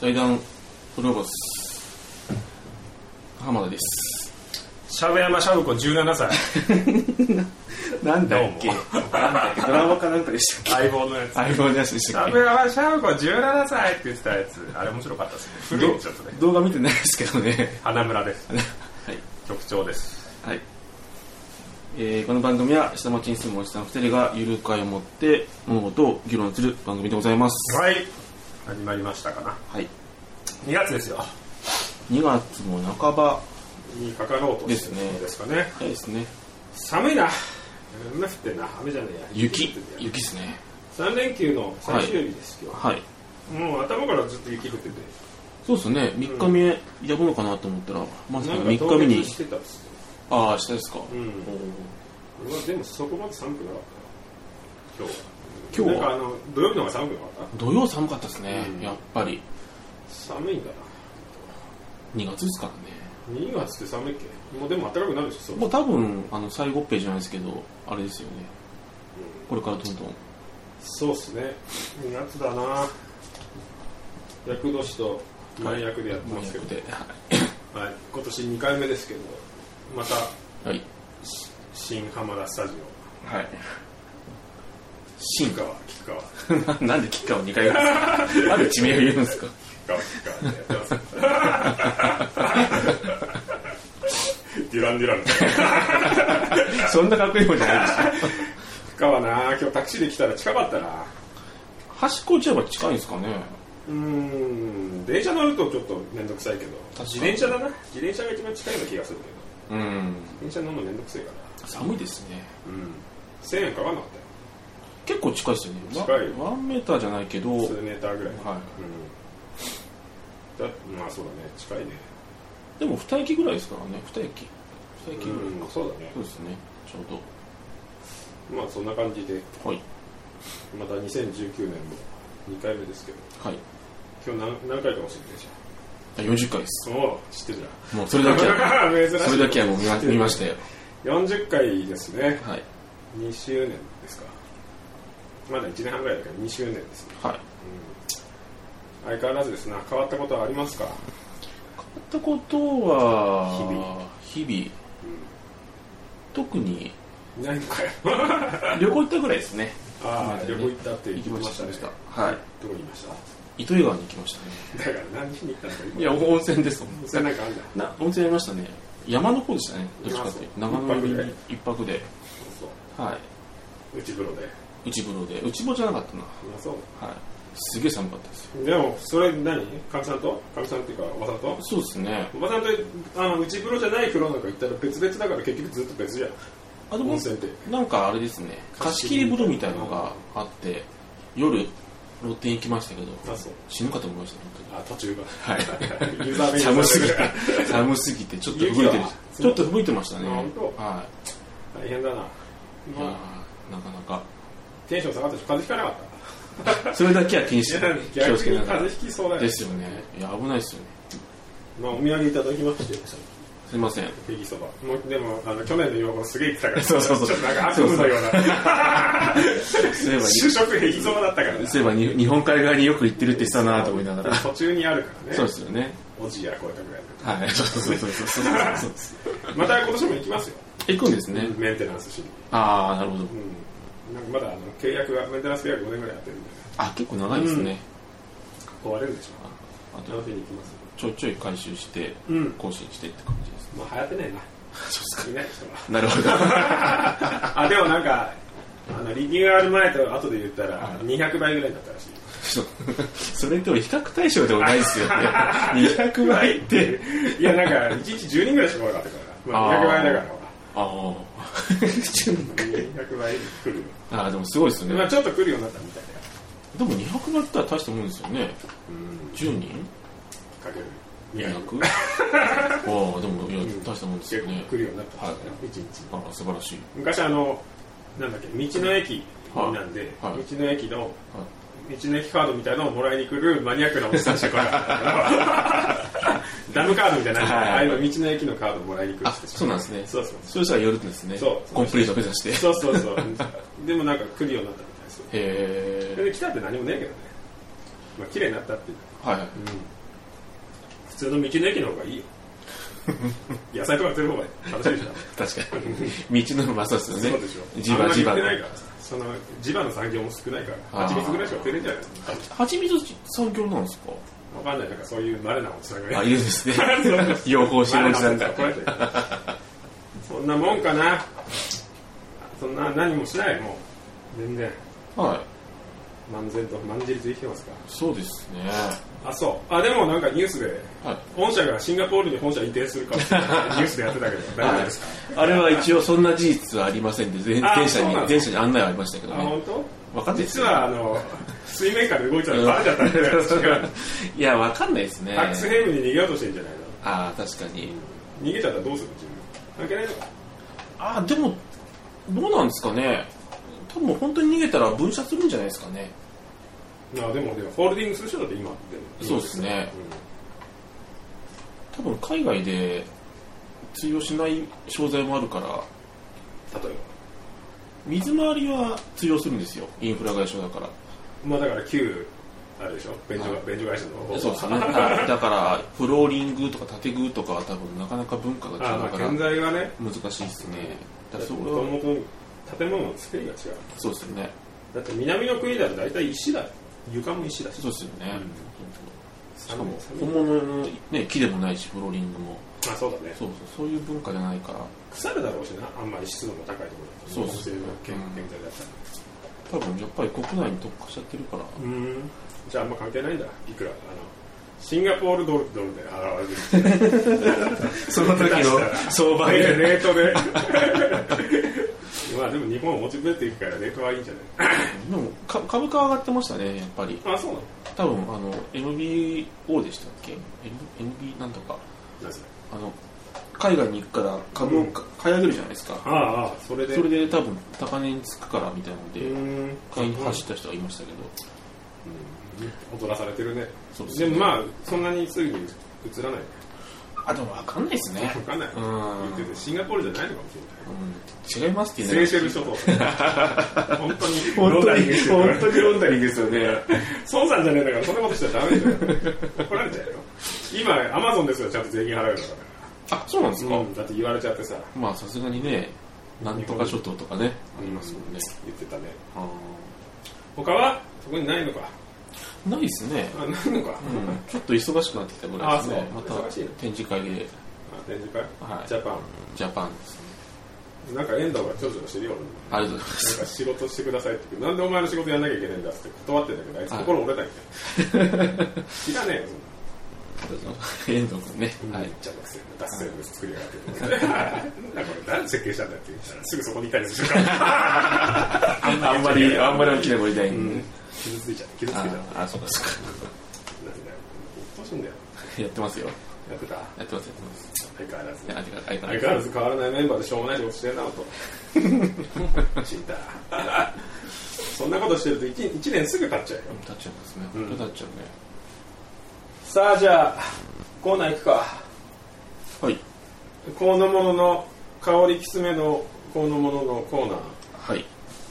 財団プロボス浜田ですシャブ山シャブ子17歳なんだっけどうなんだっけドラマかなんかでしたっ相棒のやつけ相棒のやつでしシたっャけブ山シャブ子17歳って言ってたやつあれ面白かったですね古いちょっとね動画見てないですけどね花村ですはい局長ですはい、えーこの番組は下町に住むおじさん2人がゆる会を持って物事を議論する番組でございます、はい始まりましたかなはい、 2月ですよ2月も半ばにかかろうとしてるんですかね早いですね寒いな雨降ってんな雨じゃねえや雪降ってんだよ雪ですね3連休の最終日ですよ、はいもう頭からずっと雪降っててそうですね3日目やぶのかなと思ったらまさかなのんか3日目凍に結してたっすよああ下ですか、うおんーまあでもそこまで寒くなかったよ今日は今日はなんかあの土曜日の方が寒くなかっ土曜寒かったですね、うんやっぱりた寒いんだな2月ですからね2月って寒いっけもうでも暖かくなるでしょそうもう多分あの最後っぺじゃないですけどあれですよねこれからどんどんそうっすね2月だな厄年と前役でやってますけど、ではい今年2回目ですけどまたはい新浜田スタジオはい。進菊川菊川化。 なんで吉川を2回言うんですか なんで地名を言うんですかガッガッってやってます。デュランデュラン。そんなかっこいい方じゃないですかかはな、今日タクシーで来たら近かったな。端っこ行っちゃえば近いんですかねうーん、電車乗るとちょっと面倒くさいけど、かに自転車だな。自転車が一番近いような気がするけど、うん。自転車乗るの面倒くせえか寒いですね。ら。うん。1000円かかんなかっ結構近いですよね。わ近いよワンメーターじゃないけど、たはよ。数メーターぐらい。い。うん。だまあそうだね、近いね。でも2駅ぐらいですからね。2駅。2駅ぐらい。うん、そうだねそ。うですね。ちょうまあそんな感じで、ど。はい。また2019年も2回目ですけど、はい。今日何何回かもしれないじゃん。あ40回です。そう、知ってるじもうそれ だけは、ゃん。珍しい。それだけはもう見ま見ましたよ。 40回ですね。はい。 2周年ですか。まだ1年半ぐらいだから2周年ですね。はい。相変わらずですな。変わったことはありますかってことは、日々。特に、いないのかよ。旅行行ったぐらいですね。ああ、ね旅行行ったって行き言っまてまししたたね。はいどこにいまし糸魚川に行きましたねただから何しに行ったのか今。いや温泉ですそれなんかあんだ。な温泉ありましたね山の方でしたねどっちかっていうとあそ長う野に一泊で一泊でそうそはう。内風呂で。い内風呂で内風呂じゃなかったなまあそう。はいすげえ寒かったですよでも、それ何かみさんとかみさんっていうか、おばさんとそうですねおばさんとあの内風呂じゃない風呂なんか行ったら別々だから結局ずっと別じゃん。あで温も泉って。なんかあれですね貸し切り風呂みたいのがあって夜露店行きましたけどあ、そう。死ぬかと思いましたあ、途 中が。本ユーザー当にメイン寒すぎて 寒すぎてちょっと吹雪いてる雪はちょっと吹雪いてましたねあ本当は大変だな。いいやまーあ、なかなかテンション下がったし、風邪ひかなかっそれだけは気にしてた。気をつ逆けになが風ら邪ひきそうだよ。ですよねいや危ないですよねまあ、お土産いただきまして、すいませんネギそば。もう、でも、あの、去年の用語すげえ言ってたから、そうそうそうちょっとなんか悪夢のような。 そういえば主食ヘギそばだったからね。そういえばに日本海側によく行ってるってしたなと思いながら途中にあるからね。そうですよねおじやこうやったぐらいだかはいそうそうそうそうそうそうですらまた今年も行きますよ。行くんですねメンテナンスしに。ああなるほどうん。なんかまだ、あの、契約が、メンテナンス契約5年ぐらいやってるんで、あ結構長いですね壊れるでしょ。あと楽しみに行きますよ。ちょいちょい回収してうん。更新してって感じですまあ、流行ってないな。そうですいない人は。なるほどあでもなんかあのリニューアル前と後で言ったはらい200倍ぐらいになったらしいそうそれと比較対象でもないですよ ね200倍っていやなんか1日10人ぐらいしか来なかったから、まああ、ー200倍だからほあーら200倍来るよあーでもすごいですねまあちょっと来るようになったみたいなでも200倍って言ったら大したもんですよねうん10人かける200 200? ああでもいやん大したもんです結よ構ね来るようになったはい一日ああ素晴らしい昔あのなんだっけ道の駅なんで、はいはい道の駅の道の駅カードみたいなのをもらいに来るマニアックなおっさんしか来なかったから ダムカードみたいなのはいああいうの道の駅のカードもらいに来るあ人しかそうなんですねそうそうそしたら寄るんですねそうコンプリート目指してへそうそうそう。でもなんか来るようになったみたいですよ。それえで来たって何もねえけどね。まあ綺麗になったっていう。はいはいうん普通の道の駅の方がいい よ野菜とか全部方が楽しいじ確かに道のりもそうですゃよんねそうでしょ地場あんまり地場売っのてないからさその地場の産業も少ないからあー蜂蜜ぐらいしか売ってるんじゃない蜂蜜産業なんですかわかんないなんかそういう慣れなおっさんがあねいいですね養蜂してるお じさんが慣れなおっさんが来られてる そんなもんか なそんな何もしないもう全然はい漫然と満じりと生きてますかそうですねらあそうあでもなんかニュースではい御社がシンガポールに本社移転するかもしれないニュースでやってたけど大丈夫ですかあれは一応そんな事実はありませんで前あ前者そうになの前者に案内 はありましたけどあね本当分かんないです実よはあの水面下で動いちゃうバレちゃったみたいな違う いや分かんないですねタックスヘイブンに逃げようとしてんじゃないのああ確かに逃げちゃったらどうするの自分関係ないのかああでもどうなんですかね多分本当に逃げたら分社するんじゃないですかねまあでもでもホールディングする人だって今ってそうですね多分海外で通用しない商材もあるからうん例え水回りは通用するんですよインフラ会社だからばまあだから旧あれでしょ便所はが便所会社の方そうですね、はい、だからフローリングとか建具とかは多分なかなか文化が違あまうあから建材がね難しいですねだからそもれとはもと建物の作りが違うそうですよねだって南の国だと大体石だよ床も石だしそうですよね、うんしかも寒い本物の、ね、木でもないしフローリングもあそうだねそうそうそういう文化じゃないから腐るだろうしなあんまり湿度も高いところだとそうそう木製の建建材だったら多分やっぱり国内に特化しちゃってるから、うんじゃああんま関係ないんだいくらあのシンガポールドルドルで払われてるその時の相場でレートで まあでも日本を持ちぶれていくからレートはいいんじゃないでもか株価上がってましたねやっぱりあそうなの多分あの MBO でしたっけ M- MB なんとかなんすねあの海外に行くから株をか買い上げるじゃないですかああああそれでそれで多分高値につくからみたいなのうでん買いに走った人がいましたけどうん踊らされてるねそうですでねもまあそんなにすぐに移らないあでも分かんないですね 分かんないうん言っててシンガポールじゃないのかもしれなうん違いいますってセーねシェル諸 島本当に本当にロンダリングですよね孫さんじゃねえんだからそんなことしたらダメだよ怒られちゃうよ今アマゾンですよちゃんと税金払うよだかあそうなんですら、か、だって言われちゃってさまあさすがにねなんとか諸島とかねあありりまますすももんんね言ってたねあ他はそこにないのかーないですね、あないのか、うん、ちょっと忙しくなってきたぐらいですねあまそうた忙しいの展示会であ展示会、はいジャパジャパンですねンなんか遠藤がちょろちょろしてるよ俺ありにがとうございますなんか仕事してくださいって言うけどなんでお前の仕事やんなきゃいけないんだっつって断ってんだけどあいつ心折れたみ たいな知らねえよそんな遠藤君ね、はいじゃあ、せ脱線物作りやがって。なんだこれ、誰設計したんだって言ったら、すぐそこにいたりするから。あんまりあんまり大きな声ないんで、うん傷ついちゃう、傷つけちゃう。あなんだよ、あそうかそううっとうしいんだよ。かやってますよやってたやってますやってます相変わらずいやね。相変わ相変わ相ら変ずわらず変わらないメンバーでしょうもない仕事してんなと。死んだ。そんなことしてると一一年すぐ経っちゃうよ。立っちゃいますねうん本当立っちゃうね、さあ、じゃあ、コーナー行くか。はいこのものの、香りきつめのこのもののコーナー。はい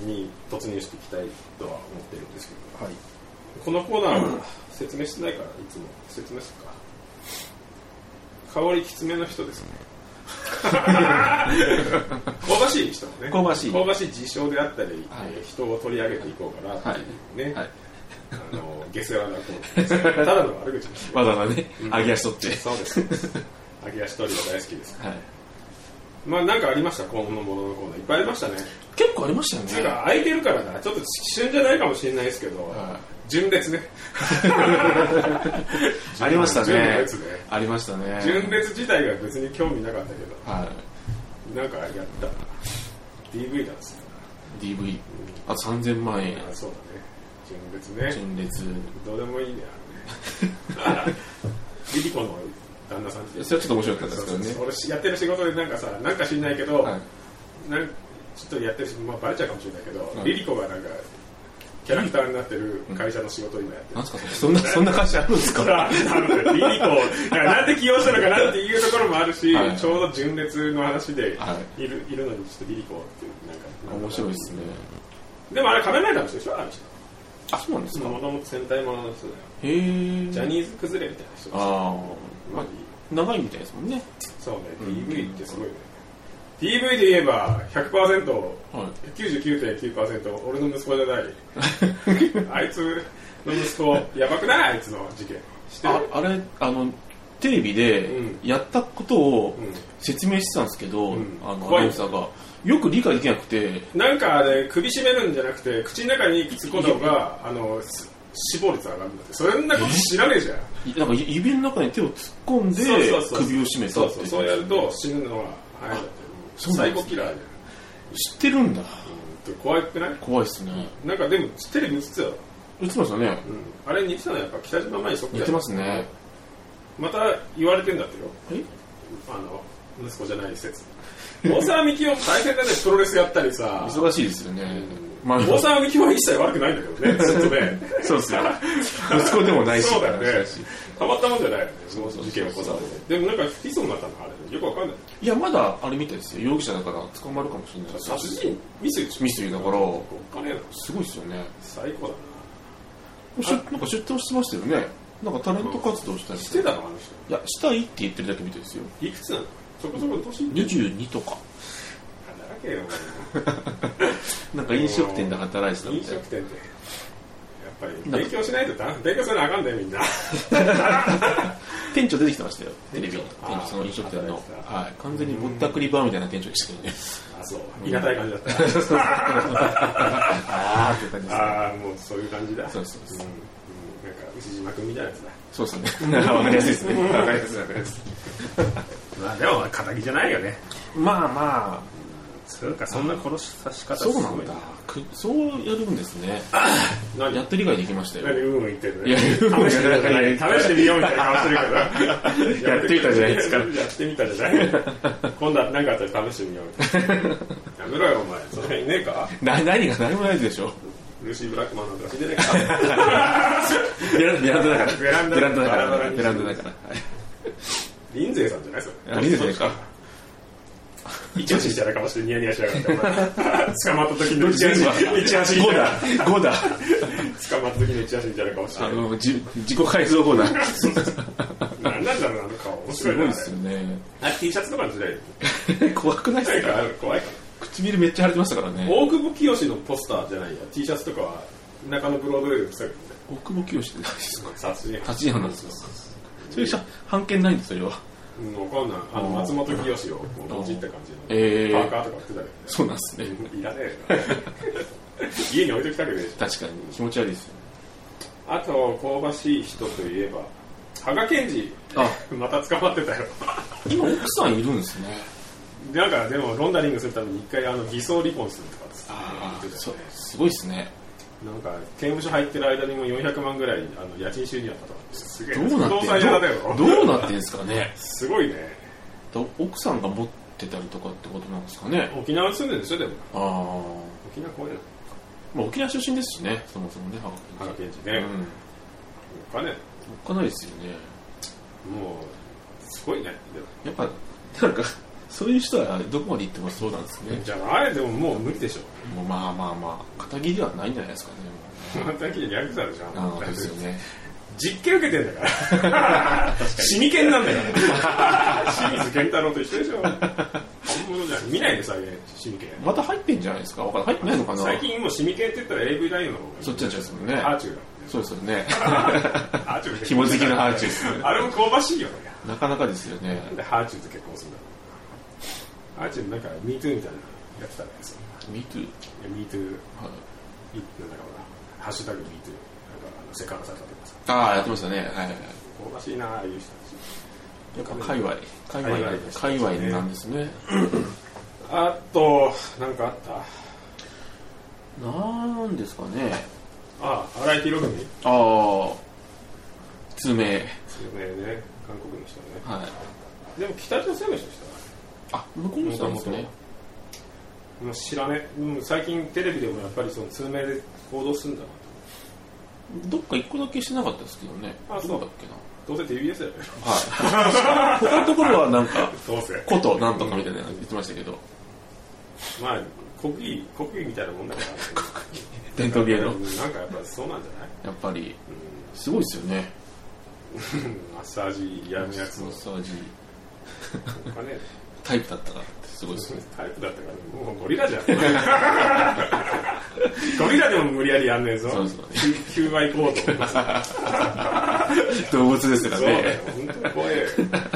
に突入していきたいとは思ってるんですけどはいこのコーナーは説明してないからいつも説明するか香りきつめの人ですね香ばしい人もね香ばしい香ばしい事象であったり、はいえー人を取り上げていこうかなっていうね、はいあの下世話なと思ってますただの悪口ですわざわざねん揚げ足取ってそうですそうです揚げ足取りが大好きですはいまあなんかありましたこのもののコーナーいっぱいありましたね結構ありましたよねなんか空いてるからなちょっと旬じゃないかもしれないですけど、は純烈ね いありましたね純烈ねありましたね純烈自体が別に興味なかったけどはなんかやったな DV なんですよい DV あと3000万円あそうだね純烈ね純烈どうでもいいねあ のねリリコの旦那さんってそれはちょっと面白かったですけどねそうそうそう俺しやってる仕事でなんかさなんか知んないけど、はいなんちょっとやってるし、まあ、バレちゃうかもしれないけど、はいリリコがなんかキャラクターになってる会社の仕事を今やってる、なんすかそんなそんな会社あるんですかさあなるほどリリコだからなんで起用したのかなっていうところもあるし、はいちょうど純烈の話ではいる,、い、るのにちょっとリリコっていうなんか面白いですねでもあれ仮面ライダーの人でしょあの人あそうなんですかもともと戦隊ものの人だよへえジャニーズ崩れみたいな人でしたあまあいいあ長いみたいですもんねそうねうん DV ってすごいね DV で言えば100%はい99.9%俺の息子じゃ ないあいつの息子やばくないあいつの事件知ってるああれあのテレビでうやったことをうん説明してたんですけど、うんあのア怖いナウンサーがよく理解できなくてなんかあれ首絞めるんじゃなくて口の中に突っ込んだ方があのす死亡率上がるんだってそんなこと知らねえじゃんいなんかゆ指の中に手を突っ込んでそうそうそう首を絞めたそうってそ言うってそうましたやるねと死ぬのは早いだってそうなサんイでコすキラーじ知ってるんだゃんうん怖くない怖いっすねなんかでもテレビ映ってたよ、映ってましたねうん、あれ似てたのはやっぱ北島前にそっく似りだてますねまた言われてんだってよえあの息子じゃない説大沢みきお大変だねプロレスやったりさ忙しいですよねまあ大沢みきおは一切悪くないんだけどねずっとねそうっすよ息子でもないしそうだよねしたまったもんじゃないよねそのそうそうそう事件起こされてでもなんか不起訴になったのあれよくわかんないいやまだあれみたいですよ容疑者だから捕まるかもしれない殺人未遂でしょ未遂だからお金なのすごいっすよね最高だなしゅなんか出頭してましたよねなんかタレント活動したりしてたのあの人いやしたいって言ってるだけみたいですよいくつなのそこそこの年いってる22とか働けよなんか飲食店で働いてたみ飲たい食な店でやっぱり勉強しないとだ勉強せなあかんだよみんな店長出てきてましたよテレビにあー店長その飲食店の働いてたはい完全にぼったくりバーみたいな店長でしたけどねあそういがたい感じだったああって感じですねああもうそういう感じだそうそうそうんうんなんか牛島君みたいなやつだそうですねわかりやすいですねわかりやすいわかりやすいまあでも敵じゃないよねまあまそうかそんな殺し刺し方あそうなんだくそうやるんですね何やっと理解できましたよ何うんうん言ってるねいやうんうん試してみようみたいな試してみようみたいな顔してるけどやってみたじゃないですかやってみたじゃない 今度は何かあったら試してみようみたいなやめろよお前その辺いねえかな何が何もないでしょルーシー・ブラックマンなんか死んでねえかベラベランダだからベランダベランダだかバラバラらにベランダだからはいリンゼーさんじゃないそれあリンゼーさんですか一押しみたいな顔してニヤニヤしやがってお前捕まった時の一全押部はし一押しみたいな5だ5だ捕まった時の一足みたいな顔してあのじ自己改造5だ何なんだろうなあの顔面白すごいいなですよね あれ T シャツとかの時代に怖くないっなんすかか怖いかな唇めっちゃ腫れてましたからね大久保清のポスターじゃないや T シャツとかは中野ブロードウェイで売ってたけどね大久保清って何ですか殺人犯立ち犯なんですよそれじゃ判件ないんですそれはうんわかんないあのうん松本清をこうもじった感じのええパーカーとか売ってたそうなんですけねどねいらねえな家に置いときたくねえし確かに気持ち悪いですよあと香ばしい人といえば羽賀健二 あまた捕まって たよ今奥さんいるんですねなんかでもロンダリングするために一回あの偽装離婚するとかっつってあ言ってたそようねすごいですねなんか刑務所入ってる間にも400万ぐらいあの家賃収入あったとかすげえどうなって不動産屋だよどうどうなってんですかねすごいねど奥さんが持ってたりとかってことなんですかね沖縄に住んでるでしょでもああ、沖縄怖いなまあ、沖縄出身ですしねそもそもね羽賀健二うね、んお金もおっかないですよねうすごいねでもやっぱなんかそういう人はどこまで行ってもそうなんですねじゃああれでももう無理でしょもうまあまあまあ肩切りはないんじゃないですかねまたきりヤクザでしょもうああですよね実刑受けてんだから死に犬なんだから清水健太郎と一緒でしょ本物じゃん見ないで最近死に犬また入ってんじゃないですかわかんない入ってないのかな最近もう死に犬って言ったら AV 男優の方がいいそっちのやつですもんねアーチューそうですよねだアーチュー紐付きのハーチューですあれも香ばしいよねなかなかですよねなんでハーチューと結婚するんだろうアーチューなんか MeToo みたいなのやってたねそ MeToo ういやはい MeToo いなんだろうな「ハッシュタグ #MeToo」なんかあのセカンドされたとかさああやってましたねはいはいはい香ばしいなああいう人たちやっぱ界隈界隈界隈ですね界隈なんですねあとなんかあったなんですかねああ荒井博文ああ通名はい有名ね韓国の人ねでも北朝鮮の人でしあ向こうの人なんですねたもう知らねえ、うん、最近テレビでもやっぱりその通名で行動するんだなどっか一個だけしてなかったですけどねあそうどだっけなとどうせ TBS だよね はい 他のところはなんかどうせことなんとかみたいなの言ってましたけどまあ国技国技みたいなもんだから伝統芸能なんかやっぱそうなんじゃないやっぱりうすごいですよねんマッサージやるやつマのッサージお金タイプだったからってすごいですよねタイプだったからもうゴリ ラじゃんゴリラでも無理やりやんねえぞ そうそう9倍行動動物ですかそうらだよね本当に怖えよ、うん、金は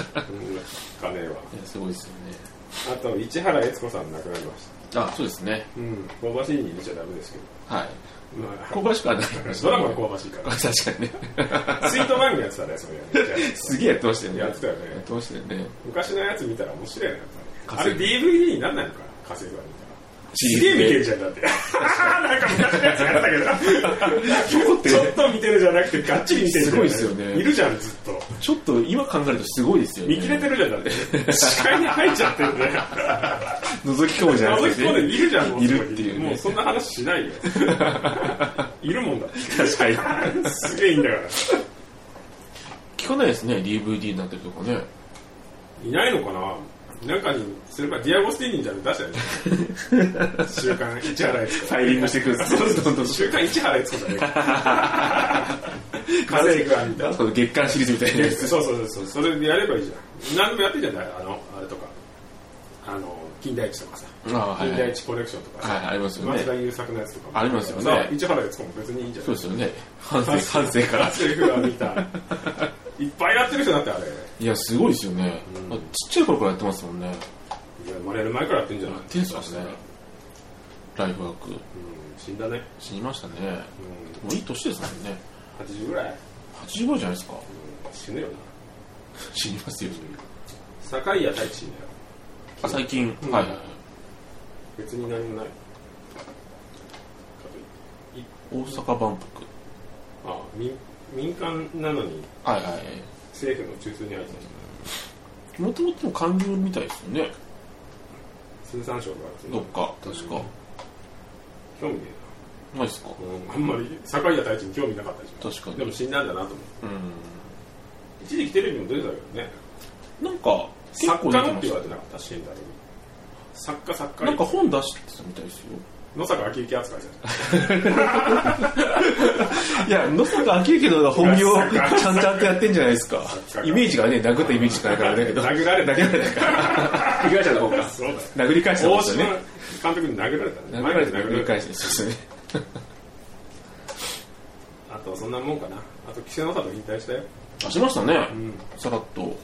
いやすごいですよねあと市原悦子さん亡くなりましたあそうですねうん香ばしいに入れちゃダメですけはいどまあ香ばしくはないドラマは香ばしいか確かにねらスイート番組やってたねそれやねすげえやってましたよねやってたよねやってましたよね昔のやつ見たら面白いなやっぱりあ稼れい DVD になんないのかな家政婦は見たらすげえ見てるじゃんだって なんか昔のやつやったけどちょっと見てるじゃなくてがっちり見てるじゃんすごいですよねいるじゃんずっとちょっと今考えるとすごいですよね見切れてるじゃんだって視界に入っちゃってるんだよ覗き込むじゃない覗ですきか込んでいるじゃんもういるっていうねもうそんな話 しないよいるもんだ確かにすげえいいんだから聞かないですね DVD になってるとかねいないのかななんかにすればディアゴスティーニじゃん出したよね 週刊市原悦子ファイリングしてくるんですどんどんどん週刊市原悦子じゃねえか 稼いぐわみたいなその月刊シリーズみたいなやつ そうそうそうそうそれでやればいいじゃん何でもやってんじゃないあのあれとかあの金田一とかさああはい金は田い一コレクションとかさ、はいありますよね松田優作のやつとかもありますよねさ市原悦子も別にいいんじゃない そうですよね反省反省からセリフは見たいっぱいやってる人だってあれいやすごいですよね、あちっちゃい頃からやってますもんねいや生まれる前からやってんじゃない天才ですねライフワークうん死んだね、死にましたねうもういい年ですもんねん、80ぐらい85じゃないですか死ぬよな死にますよ酒井屋太一死んだよあ最近、うんはいはい別に何もない大阪万博あ民民間なのにはいは政府の中枢に入ってた人いもともと官僚みたいですよね通産省がどっか確か興味ねないですかえな、うん、あんまり酒井屋太一に興味なかったでし確ょかにでも死んだんだなと思ってう一時期テレビも出てたけどねんなんか結作構家出てのってま言しわれてなかった死んだのに作家作た家なんか本出してたみたいですよ野坂昭之扱いじゃないいや野坂昭之の方が本業をいやちゃんちゃんとやってんじゃないですか作家イメージがね殴ったイメージしかないからだけど殴られた殴られないから被害者の方がそうだよ殴り返したんで大すよ島ね監督に殴られたね殴られて前に殴り返してそうですよねあとそんなもんかなあと稀勢の里引退したよ、あしましたねさらっと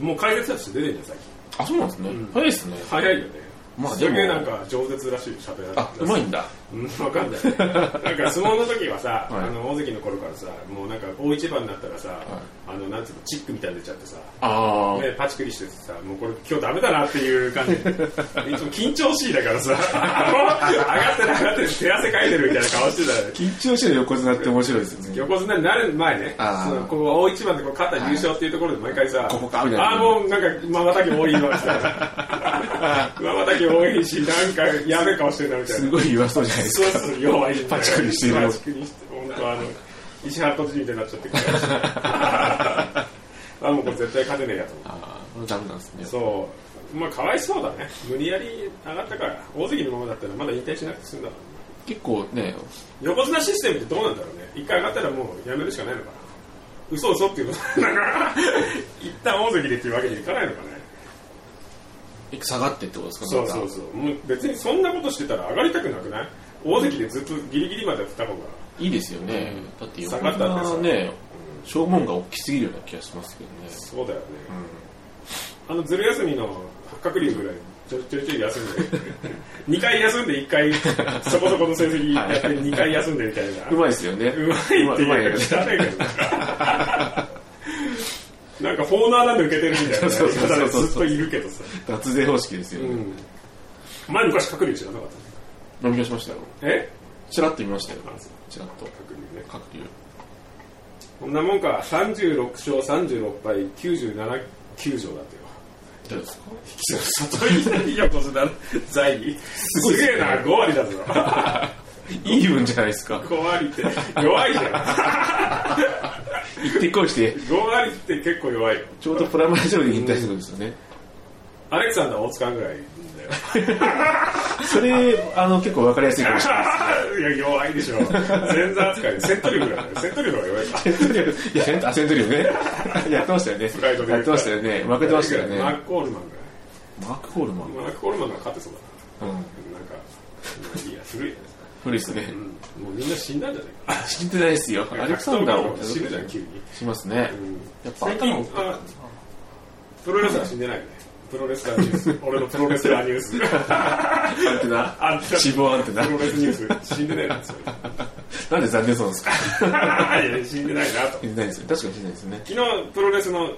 もう解説者として出てんじゃん最近あそうなんですねん早いですね早いよねまあすげえでもなんか饒舌らしい喋られあうまいいんだうん分かんないなんか相撲の時はさ、 はいあの大関の頃からさもうなんか大一番になったらさ、あのなんつうのチックみたいに出ちゃってさああね、パチクリしててさもうこれ今日ダメだなっていう 感じいつも緊張しいだからさ上がってる上がってる手汗かいてるみたいな顔してたよ緊張してる横綱って面白いですよね横綱になる前ね、あーそのこう大一番でこう勝った優勝っていうところで毎回さ、ここかみたいなああ、もうなんか、まばたき多いわ、みたいな。まばたき多いし、なんか、やべえ顔してるな、みたいすな。ごい弱そうじゃないですそうかそう、弱いんだよ。パチクリしてるよパチクリして、本当あの、石原都知事みたいになっちゃってるからあ、もうこれ絶対勝てねえやと思って。ああダメなんですねそう、まあ、かわいそうだね。無理やり上がったから、大関のままだったらまだ引退しなくて済んだのに結構ね横綱システムってどうなんだろうね一回上がったらもうやめるしかないのかな嘘嘘っていうことだから一旦大関でっていうわけにいかないのかね下がってってことですかそうまたそうそうもう別にそんなことしてたら上がりたくなくない大関でずっとギリギリまでやってた方がいいですよね、だって横綱下がったはんでね消耗が大きすぎるような気がしますけどねそうだよね、あのずる休みの八角竜ぐらいちょちょいちょい休んで2回休んで1回そこそこの成績やって2回休んでみたいな うまいですよねうまいってうまい言うか知らないけどなんか法の穴抜けてるみたいなそうそうそうそう言い方でずっといるけどさ、脱税方式ですようねん、前昔隔離知らなかっ飲み出しましたよたえチラッと見ましたよなんすかチラッと隔離ね各流こんなもんか36勝36敗97球場だってよ誰ですか外に横綱在位すごいっすねげえな5割だぞいい分じゃないですか5割って弱いじゃん行ってこいして5割って結構弱いよちょうどプラマイゼロで引退するんですよね、アレクサンダー大塚ぐらいそれあの結構わかりやすいかもしれない いや弱いでしょ全然扱いセントリオぐらいセントリオの方が弱いかセントリオいやセントあセントリオね やってましたよねフライトでやってましたよね負けてましたよねママーク・コールマンぐーク・ホールマン、らいマーク・コールマンが勝ってそうだうん、ななんかいや古いじゃないですか古いですねうんもうみんな死んだんじゃないか死んでないですよアレクサンダーを死ぬじゃん急に、しますねやっぱ最近あプロレスラー死んでないよねプロレスラーニュース俺のプロレスラーニュースアンテナアンテナ脂肪アンテナプロレスニュース死んでないなそれなんで残念そうなんですかいや死んでないなと死んでないですよ確かに死んでないですよね昨日プロレスの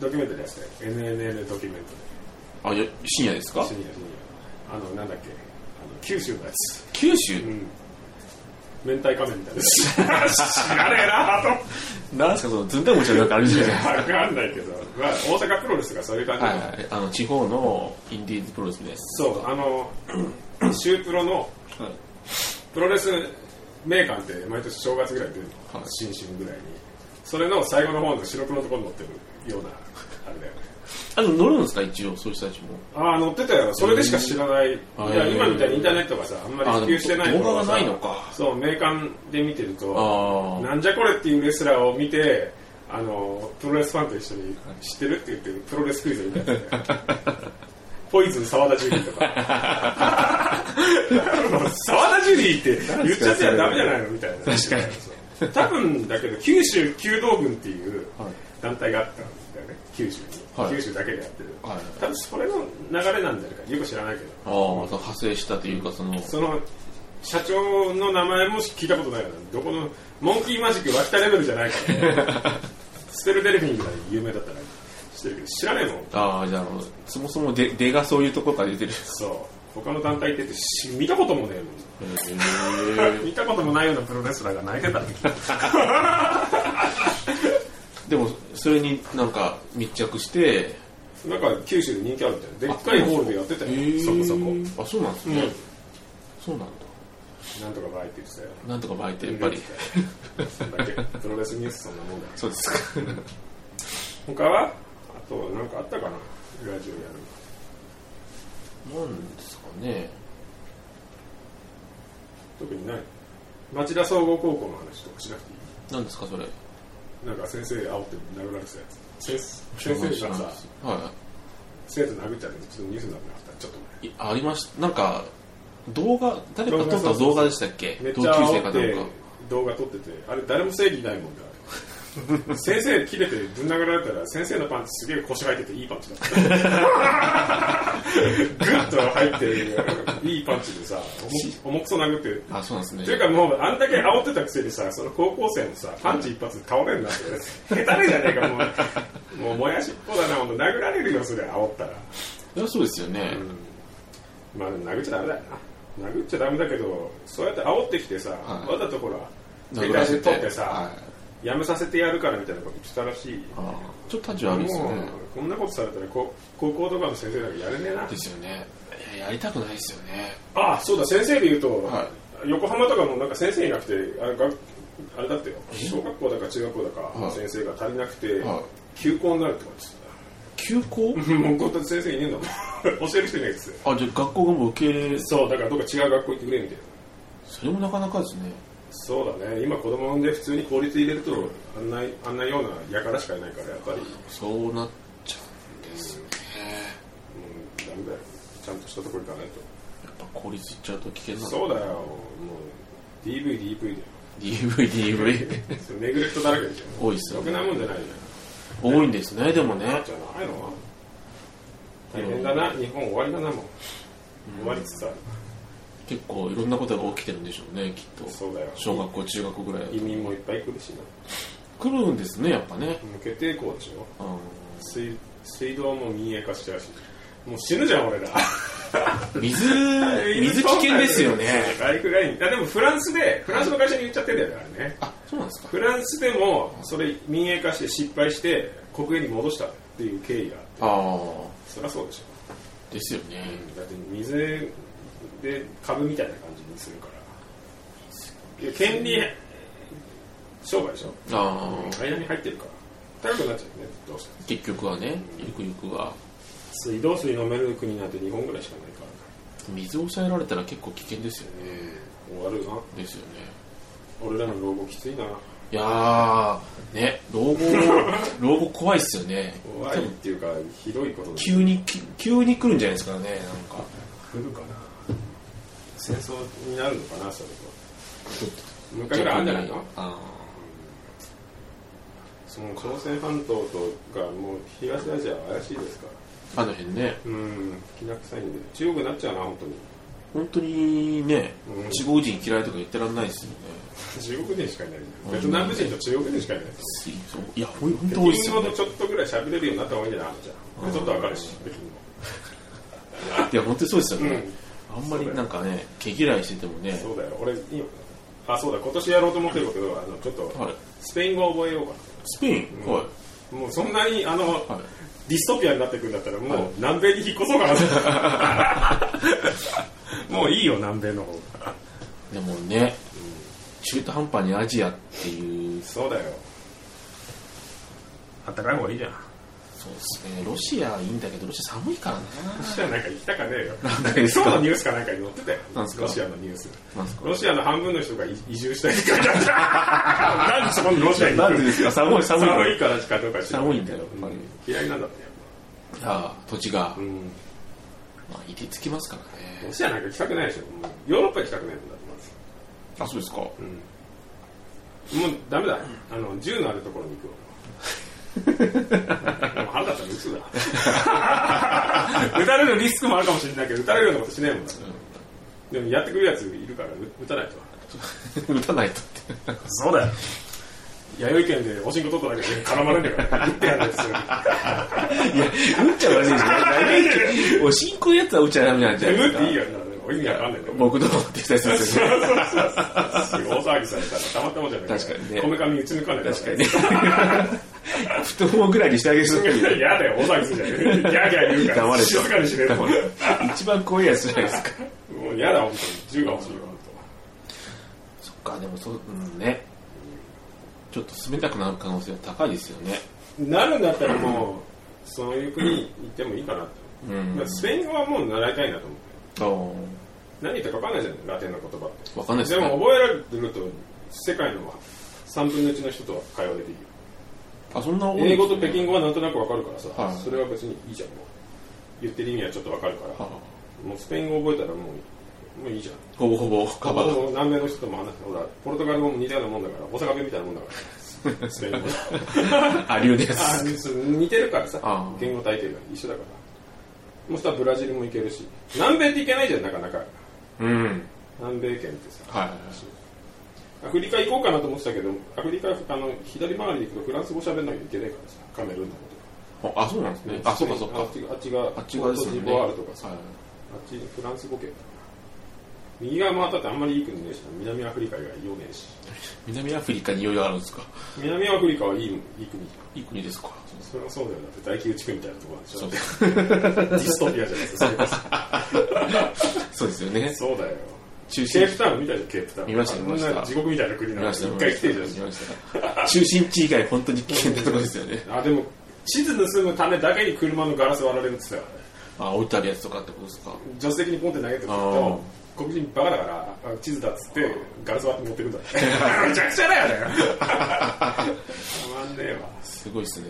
ドキュメントでやってたよ NNN ドキュメントあいや深夜ですかで深夜深夜あのなんだっけあの九州のや つ九州、うん明太仮面みたいな知らねえなとなんすかそのずんだ餅のなんかあるじゃ ないですかわかんないけど、まあ、大阪プロレスがそういう感じはないのはいあの地方のインディーズプロレスですそうあの シュープロのはいプロレス名館って毎年正月ぐらい出るの、はい新春ぐらいにそれの最後の方の白黒のところに乗ってるようなあれだよねあの乗るんですか一応そういう人たちもああ乗ってたよそれでしか知らない、うんいや今みたいにインターネットがさあんまりあ普及してない動画がさないのかそう名館で見てるとああなんじゃこれっていうレスラーを見てあのプロレスファンと一緒に知ってるって言ってるプロレスクイズみたいなやつだよポイズン沢田ジュリーとか沢田ジュリーって言っちゃってはダメじゃないのみたいな確かにそう多分だけど九州弓道軍っていうはい団体があったんだよね九州に、はい九州だけでやってる、はい多分それの流れなんじゃないかよく知らないけああそどの派生したというかそのその社長の名前も聞いたことないよなどこのモンキーマジック脇田レベルじゃないから、 ステルデルフィンが有名だったらしてるけど知らねえもんああじゃああのそもそも出出がそういうところから出てるそう他の団体ってし見たこともねへえもん見たこともないようなプロレスラーが泣いてたんだけどー でもそれになんか密着してなんか九州で人気あるみたいなでっかいホールでやってたよそこそこうんこあそうなんですね、そうなんだなんとかバイって言ってたよなんとか巻いてやっぱりそんだけプロレスニュースそんなもんだそうですか他はあとなんかあったかなラジオやるなんですかね特にない町田総合高校の話とかしなくていいなんですかそれなんか先生煽って殴られてたやつ先先生がさは生徒殴っちゃってちょっとニュースになってなかったちょっといいありましたなんか動画誰か動画撮った動画でしたっけ前めっ同ち級生かゃなん煽かって動画撮っててあれ誰も正義ないもんだ先生切れてぶん殴られたら先生のパンチすげえ腰入ってていいパンチだった グッと入っていいパンチでさ重く重くそ殴ってあそうなんですといねうかもうあんだけ煽ってたくせにさその高校生もさパンチ一発で倒れるなんて下手れじゃねえかもうもうもやしっぽだなほんと殴られるよそれ煽ったらいやそうですよね、まあでも殴っちゃダメだよな殴っちゃダメだけどそうやって煽ってきてさ、はいわざとほら殴手ら出せして取ってさ、はいやめさせてやるからみたいなこと言ってたらしいあーちょっと立ち悪いですよもねうこんなことされたらこ高校とかの先生なんかやれねえなですよねいややりたくないですよねあそうだ先生で言うと、は横浜とかもなんか先生いなくてあれがあれだってよ小学校だか中学校だはかい先生が足りなくて、はい休校になるってこと休校ですもうこんな先生いねえんだもん 教える人いないですよあじゃあ学校がもう受け入れるそうだからどっか違う学校行ってくれみたいなそれもなかなかですねそうだね今子供産んで普通に公立入れるとあんなあんなようなやからしかいないからやっぱり、うん、そうなっちゃうんですねダメだよちゃんとしたところ行かないと、やっぱ効率いっちゃうと危険なのそうだよもう DVDV だよ DVDV それネグレクトだらけでしょ多いっすよろねくなもんじゃないよ多いんですねでもねじゃないの大変だな、日本終わりだなもう終わりつつある、結構いろんなことが起きてるんでしょうねきっとそうだよ小学校中学校ぐらいだと移民もいっぱい来るしな来るんですねやっぱね向けてこうでしょうん水水道も民営化しちゃうしもう死ぬじゃん俺ら 水水危険ですよねライフラインあでもフランスでフランスの会社に言っちゃってんだよねあれねあそうなんですかフランスでもそれ民営化して失敗して国営に戻したっていう経緯があってああそりゃそうでしょですよねだって水で株みたいな感じにするからいや権利商売でしょああ間に入ってるから高くなっちゃうよねどうしても結局はねゆくゆくは水道水飲める国なんて日本ぐらいしかないから水を抑えられたら結構危険ですよねね終わるなですよね俺らの老後きついないやーね老 後老後怖いっすよね怖いっていうかひどいこと来急にき急に来るんじゃないですかねなんかるかな戦争になるのかなそれともう一回ぐらいあるんじゃないのあその朝鮮半島とかもう東アジアは怪しいですかーらあの辺ねうんきな臭いんで中国になっちゃうな本当に本当にね、うん地方人嫌いとか言ってらんないですよね中国人しかいないベトナム人と中国人しかいないいやほん本北当多いっ京す語よねとちょっとぐらい喋れるようになった方がいいんじゃないじゃんちょっとわかるし北京いや本当にそうですよ語うねん、あんまりなんかね毛嫌いしててもねそうだよ俺今あそうだ今年やろうと思ってるけどあのちょっとはいスペイン語を覚えようかスペイン、うんはいなもうそんなにあの、はいディストピアになってくんだったらもはいう南米に引っ越そうか なもういいよ南米の方がでもね、中途半端にアジアっていう、そうだよあったかい方がいいじゃんそうですね、ロシアいいんだけど、ロシア寒いからね。ロシアなんか行きたかねえよなんだけど今日のニュースかなんかに載ってたよなんすかロシアのニュースなんですロシアの半分の人が移移住したいからなんでそこにロシアに行なんくでですか寒い、寒い。寒いいからしかどうか知らない寒いんだようん嫌いなんだってよや、土地が、うんまあ、いてつきますからロね。シアなんか行きたくないでしょもうヨーロッパ行きたくないんだと思うんですよあ、そうですか。うんもうダメだあの銃のあるところに行くわもう腹立った ら撃つだ撃たれるリスクもあるかもしれないけど撃たれるようなことしないもんだ、でもやってくるやついるから撃撃たないと打たないとって。そうだよ弥生県でおしんこ取っただけで絡まれるから撃ってやるんですよいや、打っちゃ悪いですね。おしんこやつは打っちゃダメなんじゃない撃でっすていいか。よな意味わかんないけど僕どもってしたりするんですよね。大騒ぎされたらたまったもんじゃない確かにねこめかみ打ち抜かない確かにね。太ももぐらいにしてあげそう。嫌だよ大騒ぎするじゃんギャーギャー言うから黙れ静かにしねえとも一番怖いやつじゃないですか。う嫌だ本当に銃が欲しいよ本そっか、でもそう、うんね。ちょっと住めたくなる可能性は高いですよね。当なるんだったらもうそういう国に行ってもいいかなってう思うんまあ。スペイン語はもう習いたいなと思ってあー何言ったか分かんないじゃんラテンの言葉ってわかんないですでねも覚えられてると世界の3分の1の人とは会話できるよあ、そんな多い英語と北京語はなんとなく分かるからさ、はいそれは別にいいじゃんもう言ってる意味はちょっと分かるからははもうスペイン語覚えたらもうもういいじゃんほぼほぼカバーもう南米の人とも話してほらポルトガル語も似たようなもんだから大阪弁みたいなもんだ からスペイン語あ、流です。あ似てるからさあー言語体系が一緒だからもうしたらブラジルも行けるし南米って行けないじゃんなかなかうん。南米圏ってさはい。アフリカ行こうかなと思ってたけどアフリカあの左曲がりで行くとフランス語喋んなきゃいけないからさカメルーンのことあ、そうなんですね。あ、そうかそうあかっ。ちがあっちがあっち側ですもんねコートジボワールとかさ、はあいっちフランス語圏だな右側回ったってあんまりいい国ねえしな南アフリカ以外用ねえし南アフリカに余裕あるんですか南アフリカはいいいい国じゃんいい国ですかそれはそうだよだって大宮地区みたいなとこなんでしょそうディストピアじゃないです かそれこそうですよね。そそうだよ中ケ心ープタウン見たじゃんケープタウン見ました見ましたあんな地獄みたいな国な見のました一見ま回来してたるじ見ました中心地以外本当に危険なところですよね。ゃんあでも地図盗むためだけに車のガラス割られるって言ってたからねあ、置いてあるやつとかってことですか助手席にポンって投げてるあとー黒人バカだからあ地図だっつってガラス割って持ってくんだってめちゃくちゃだ よねたまんねえわすごいですね。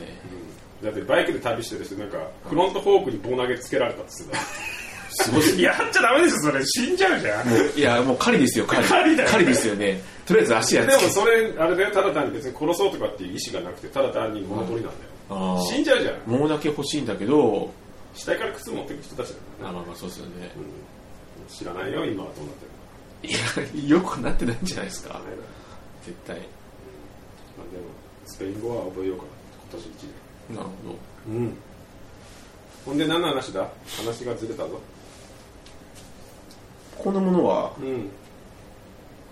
だってバイクで旅してる人なんかフロントフォークに棒投げつけられたっつってすごいっすたやっちゃダメですよそれ死んじゃうじゃんいや、もう狩りですよ、狩り。狩りだよねですよね。とりあえず足やっでもそれあれだよただ単に別に殺そうとかっていう意思がなくてただ単に物取りなんだよ、あー死んじゃうじゃんもうだけ欲しいんだけど、死体から靴持ってく人たちだあからまあね、まあそうですよね。うん知らないよ今はどうなってるいや、よくなってないんじゃないですかか、ね絶対。まあ、でもスペイン語は覚えようかな今年一年なるほうんほんで何の話だ話がずれたぞど。こんなものは、うん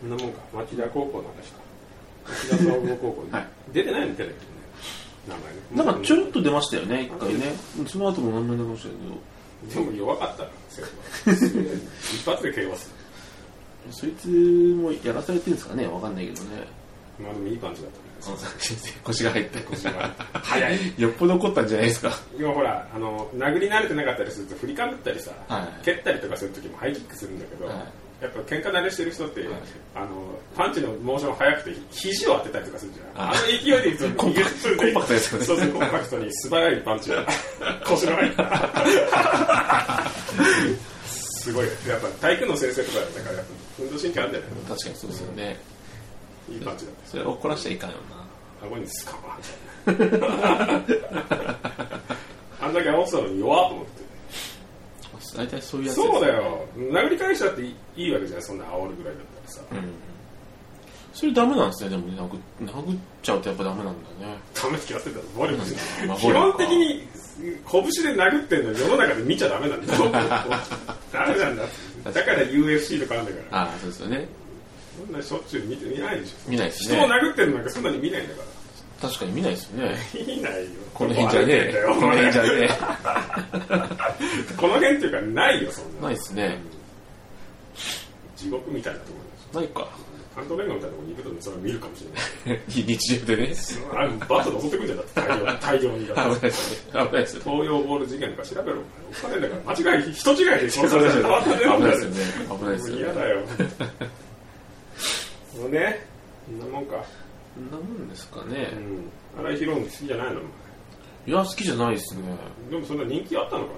そんなもんか町田高校の話か町田総合高校に、はい出てないのテレビにね名前なねんかちょろっっと出ましたよね、一回ね。その後も何も出ましたけど、とでも弱かったな生徒は 一発で KO すそいつもやらされてるんですかね、わかんないけどね。るまあでもいいパンチだったねその作品で腰が入った腰が早いよっぽど怒ったんじゃないですか今ほらあの殴り慣れてなかったりすると振りかぶったりさ、はい蹴ったりとかする時もハイキックするんだけど、はいやっぱ喧嘩慣れしてる人って、はいあのパンチのモーション速くて肘を当てたりとかするじゃんああの勢いでいくとコンパコンパクトですよねそうそうコンパクトに素早いパンチが腰の入ったすごいやっぱ体育の先生とかだからやっぱ運動神経あるんじゃない確かにそうですよねのいいパンチだったそれ怒らしちゃいかんよ顎にスカーンって あんだけ合わせたのに弱っと思ってな大体そういうやつですそうだよ殴り返したっていいいわけじゃないそんな煽るぐらいだったらさうんそれダメなんですねでもね殴殴っちゃうとやっぱダメなんだねダメってやってたら暴力じゃまあ暴ん基力本か的に拳で殴ってんの世の中で見ちゃダメなんだ よダメなんだってだから UFC とかあるんだからああそうですよねそんなしょっちゅう見て見ないでしょ見ないです人ねを殴ってるのなんかそんなに見ないんだか確かに見ないです よねら見ないよこの辺じゃねえここのの辺辺じじゃゃねこの辺っていうかないよそんえなないですね地獄みたいなところですないか関東弁護みたいなところに行くとねそれは見るかもしれない非 日常でねあれバットで襲ってくんじゃんだって大量大 量にだ危ないってですね危ないですよね東洋ボール事件とか調べろお金だから間違い人違い で危ないでそす変わったねよね危ないですよね危ないでもすよねう嫌 だよもうねそんなもんかそんなもんですかねうん荒井宏文好きじゃないのおいや好きじゃないですね前でもそんな人気あったのかね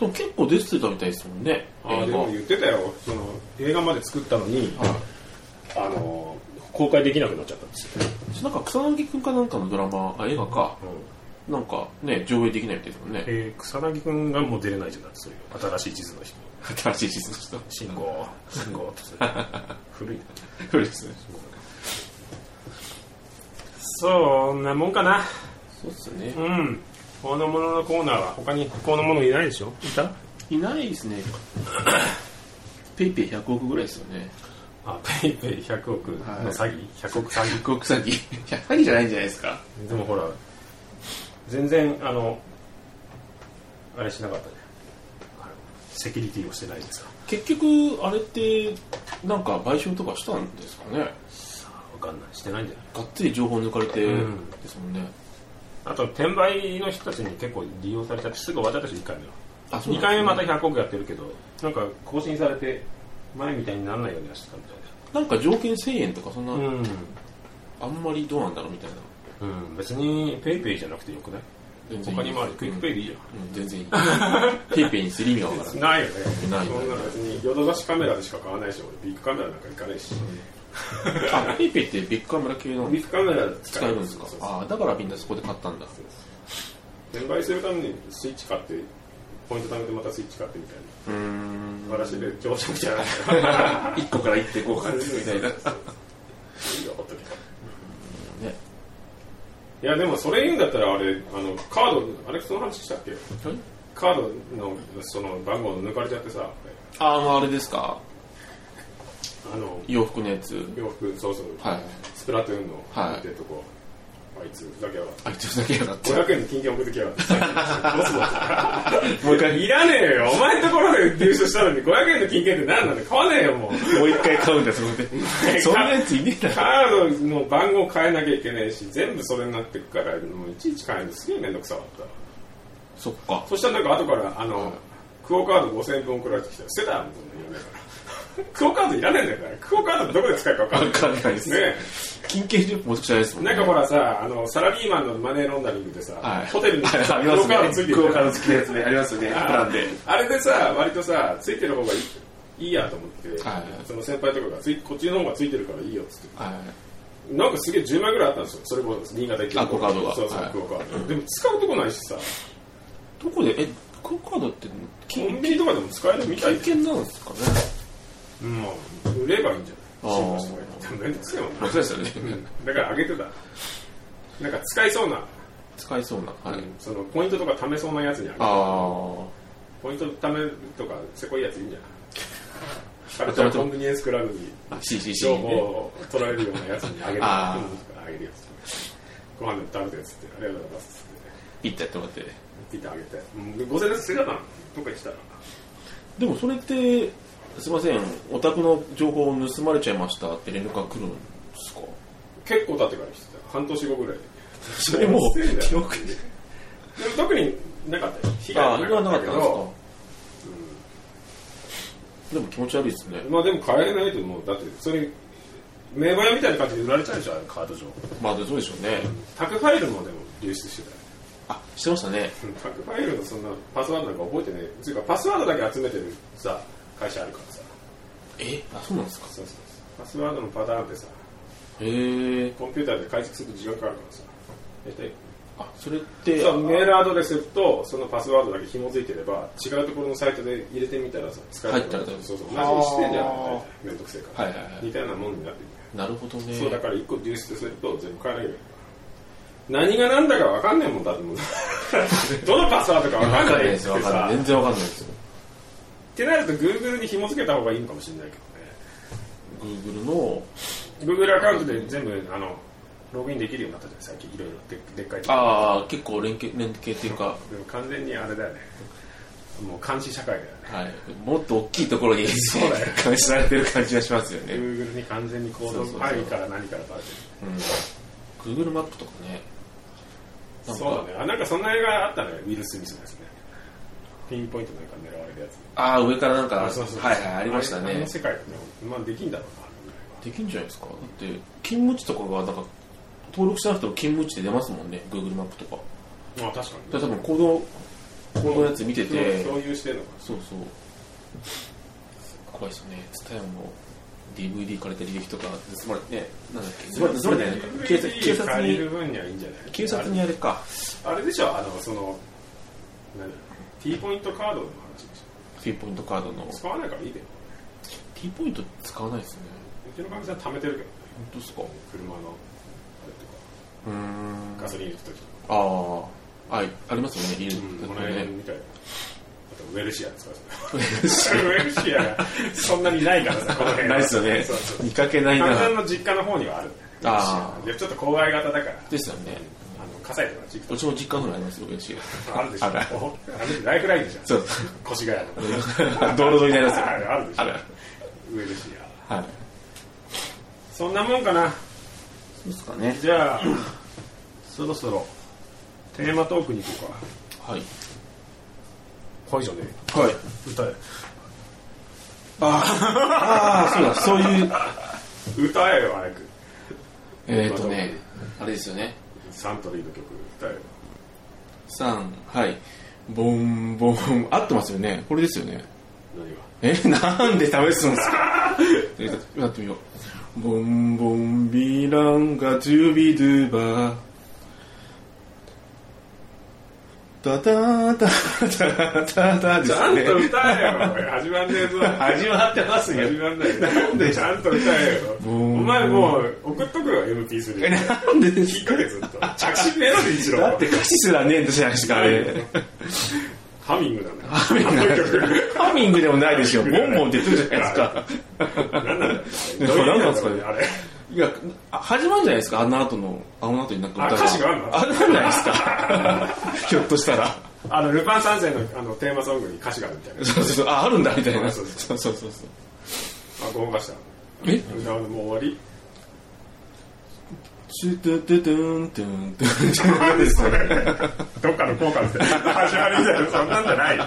でも結構出てたみたいですもんねああ映で画も言ってたよその映画まで作ったのにあの公開できなくなっちゃったんですなよ、んか草薙くんかなんかのドラマあ映画かなんかね上映できないみたいですもんねえー草薙君がもう出れないじゃないですか新しい地図の人新しい地図の人信号信号って それ古いな古いですねそんなもんかなそうっすねうんこのもののコーナーは他にこのものいないでしょいたいないですね ペイペイ100億ぐらいですよねあペイペイ100億の詐欺、100億詐欺100億詐欺詐欺じゃないんじゃないですか でもほら全然あのあれしなかったねあのセキュリティをしてないですか結局あれってなんか賠償とかしたんですかね分かんないしてないんじゃないがっつり情報抜かれてうんですもんねあと転売の人たちに結構利用されちゃってすぐ終わっちゃったし1回目はあ2回目またた100億やってるけどなんか更新されて前みたいにならないようにはしてたみたいななんか条件1000円とかそんなう、あんまりどうなんだろうみたいなんうん、別にペイペイじゃなくてよくない全然いい他にもあるクイックペイでいいじうん全然いいペイペイにする意味がわからゃんないないよねないそんな別にヨドバシカメラでしか買わないし俺ビッグカメラなんか行かないし、 あペイペイってビッグカメラ系のビッグカメラ使えるんですかそうそうああだからみんなそこで買ったんだ転売するためにスイッチ買ってポイント貯めてまたスイッチ買ってみたいなうーん私で朝食じゃない1個から1.5買ってみたい ないいよほっとけねいやでもそれ言うんだったらあれあのカードあれその話したっけカードのその番号抜かれちゃってさあのあれですかあの洋服のやつ洋服そうそうはいスプラトゥーンのはいってとこ、あいつふざけやがってあいつふざけやがって500円の金券送ってきやがってボスボもう一スいらねえよお前のところで入手したのに500円の金券って何なんだ買わねえよもうもう一回買うんだそれで そんなやついねえだろカードの番号変えなきゃいけないし全部それになってくからもういちいち変えるのすげえ面倒くさかったそっかそしたらなんか後からあの、クオカード5000円分送られてきたら捨てたもんねいらねえからクオカードいらねえんだからクオカードどこで使うか分かんなわいかんないですねえ金券情報もしかしたらないですもんなんかほらさ、あの、サラリーマンのマネーロンダリングでさ、はいホテルにさ ありますねクオカードついてるじゃんクオカード付きのやつねありますよねプランであれでさ、割とさ、ついてる方がいいいいやと思って、はいその先輩とかがつい、こっちの方がついてるからいいよっつって。はいなんかすげえ10枚ぐらいあったんですよ。それも新潟行ってあクオカードがそうそう、はいクオカード。でも使うとこないしさ、どこでえクオカードってコンビニとかでも使えるみたい金券で。なんですかねうん。まあ売ればいいんじゃないあー進化してもいいめんどくせえもんまあそうですよねな。 だからあげてた。なんか使いそうな、使えそうなはいそのポイントとか貯めそうなやつにあげてああポイント貯めるとかせこいやついいん じゃないカルチとャもーコンビニエンスクラブにあ CCC 情報ねを取られるようなやつにあげるああげるやつご飯でも食べてっつってありがとうございますピッてやってもらってっつって言ってあげてうん5000円捨てたなどっか行ってたらでもそれってすいませんお宅の情報を盗まれちゃいましたって連絡が来るんですか結構経ってから来てた半年後ぐらいでそれもう記憶にでも特になかったよ被害あはあな今かはっなたかけったんですかど、でも気持ち悪いですねまあでも買えないと思うだってそれ名簿屋みたいな感じで売られちゃうじゃんカード上まあそうでしょうね宅ファイルもでも流出してたよあしてましたねうん宅ファイルのそんなパスワードなんか覚えてねえっていうかパスワードだけ集めてるさ会社あるからさえあそうなんですかそうそうそうパスワードのパターンってさへえコンピューターで解析すると時間かかるからさ大体あそれって実はメールアドレスとそのパスワードだけ紐づいてれば違うところのサイトで入れてみたらさ使えるから入ったらそうそう同じにしてんじゃんあー大体めんどくせえから、はいはいはい似たようなもんになってるなるほどねそうだから一個流出すると全部変えなきゃいけない何が何だか分かんないもんだっても うどのパスワードか分わかかんんなないいっでてすわかんさない全然わかんないですよってなると Google に紐付けた方がいいのかもしれないけ Google のどね Google アカウントで全部あのログインできるようになったじゃん最近いろいろででっかいああ結構連携連携っていうかでも完全にあれだよねもう監視社会だよねはい、もっと大きいところにうだよ監視されてる 感じがしますよね、 Google に完全に行そ動うそうそう範囲から何からバレてうん、Google マップとかねなるんそうかだねあなんかそんな映画あったねウィル・スミスのやつねピンポイントなんか狙われるやつああ上からなんかそうそうそうはいはいありましたあれあのね世界ってねまあできんだろできんじゃないですかだって勤務地とかがなんか登録しなくても勤務地で出ますもんね Google マップとかうなまあ確かだにから多分行動行動のやつ見てて共有してるのかなそうそう怖いですよね TSUTAYA も DVD 借りた履歴とか盗まれてねなんだっけ盗まれて盗まれてないのか警察警 DVD 察借りるに分にはいいんじゃない警察にあれかあれあれでしょあのその何 T ポイントカードの話でし T ポイントカードのょ使わないからいいで T ポイント使わないですねうちのかみさん貯めてるけどね本当ですか車のあれとかうーんガソリン入れた時とかああはいありますよねいるうん、このだって辺ねみたいな。あとウェルシアですかそれウェルシアがそんなに ないからさ、この辺はないですよねそうそう見かけない神な田の実家の方にはあるんだよね。あウェルシアいやちょっと郊外型だから、ですよねあの、火災とか実うちも実家ぐらいありますよ嬉しい家あるでしょ。あるあるおあれライフラインじゃん。そう越谷の。 道路沿いにありますよあるあるでしょあ。るウェルシア。はいそんなもんかな。そうですかねじゃあ、 そろそろテーマトークに行こうか。はいはいじゃね。はい歌え。ああそうだそういう歌えよ、早く。えっとねあれですよねサントリーの曲歌え よ。三はいボンボン合ってますよねこれですよね何がえなんで試すんですかえっとやってみようボンボンビランガジュビドゥバタタタタタタでちゃすんとね歌えよ、おい始まんねえぞ。始まってますよ始まんないよ。んでちゃんと歌えよ。おもう前もう送っとくよ、MP3。えなんでで聞すいかとけ、ずっと。着信メロディーしろ。だって歌詞すらねえんですよあれハミングなんだよ。ハミングなんですよハミングでもないですよボンボンって言ってるじゃないですか何なんだよ。いや何なんですかねあれ。いやあ始まるんじゃないですかあの後のあの後になんかあ歌詞があるのあるんじゃないです かひょっとしたらあの、ルパン三世のあのテーマソングに歌詞があるみたいな。そうそうそう、あ、あるんだみたいな。そそううそそうそうそう。あ、ごまかした。えなるほどもう終わチュトゥトゥトゥントゥントゥントゥン何ですかね。りどっかの効果ですね。始まりみたいな、そんなんじゃないよ。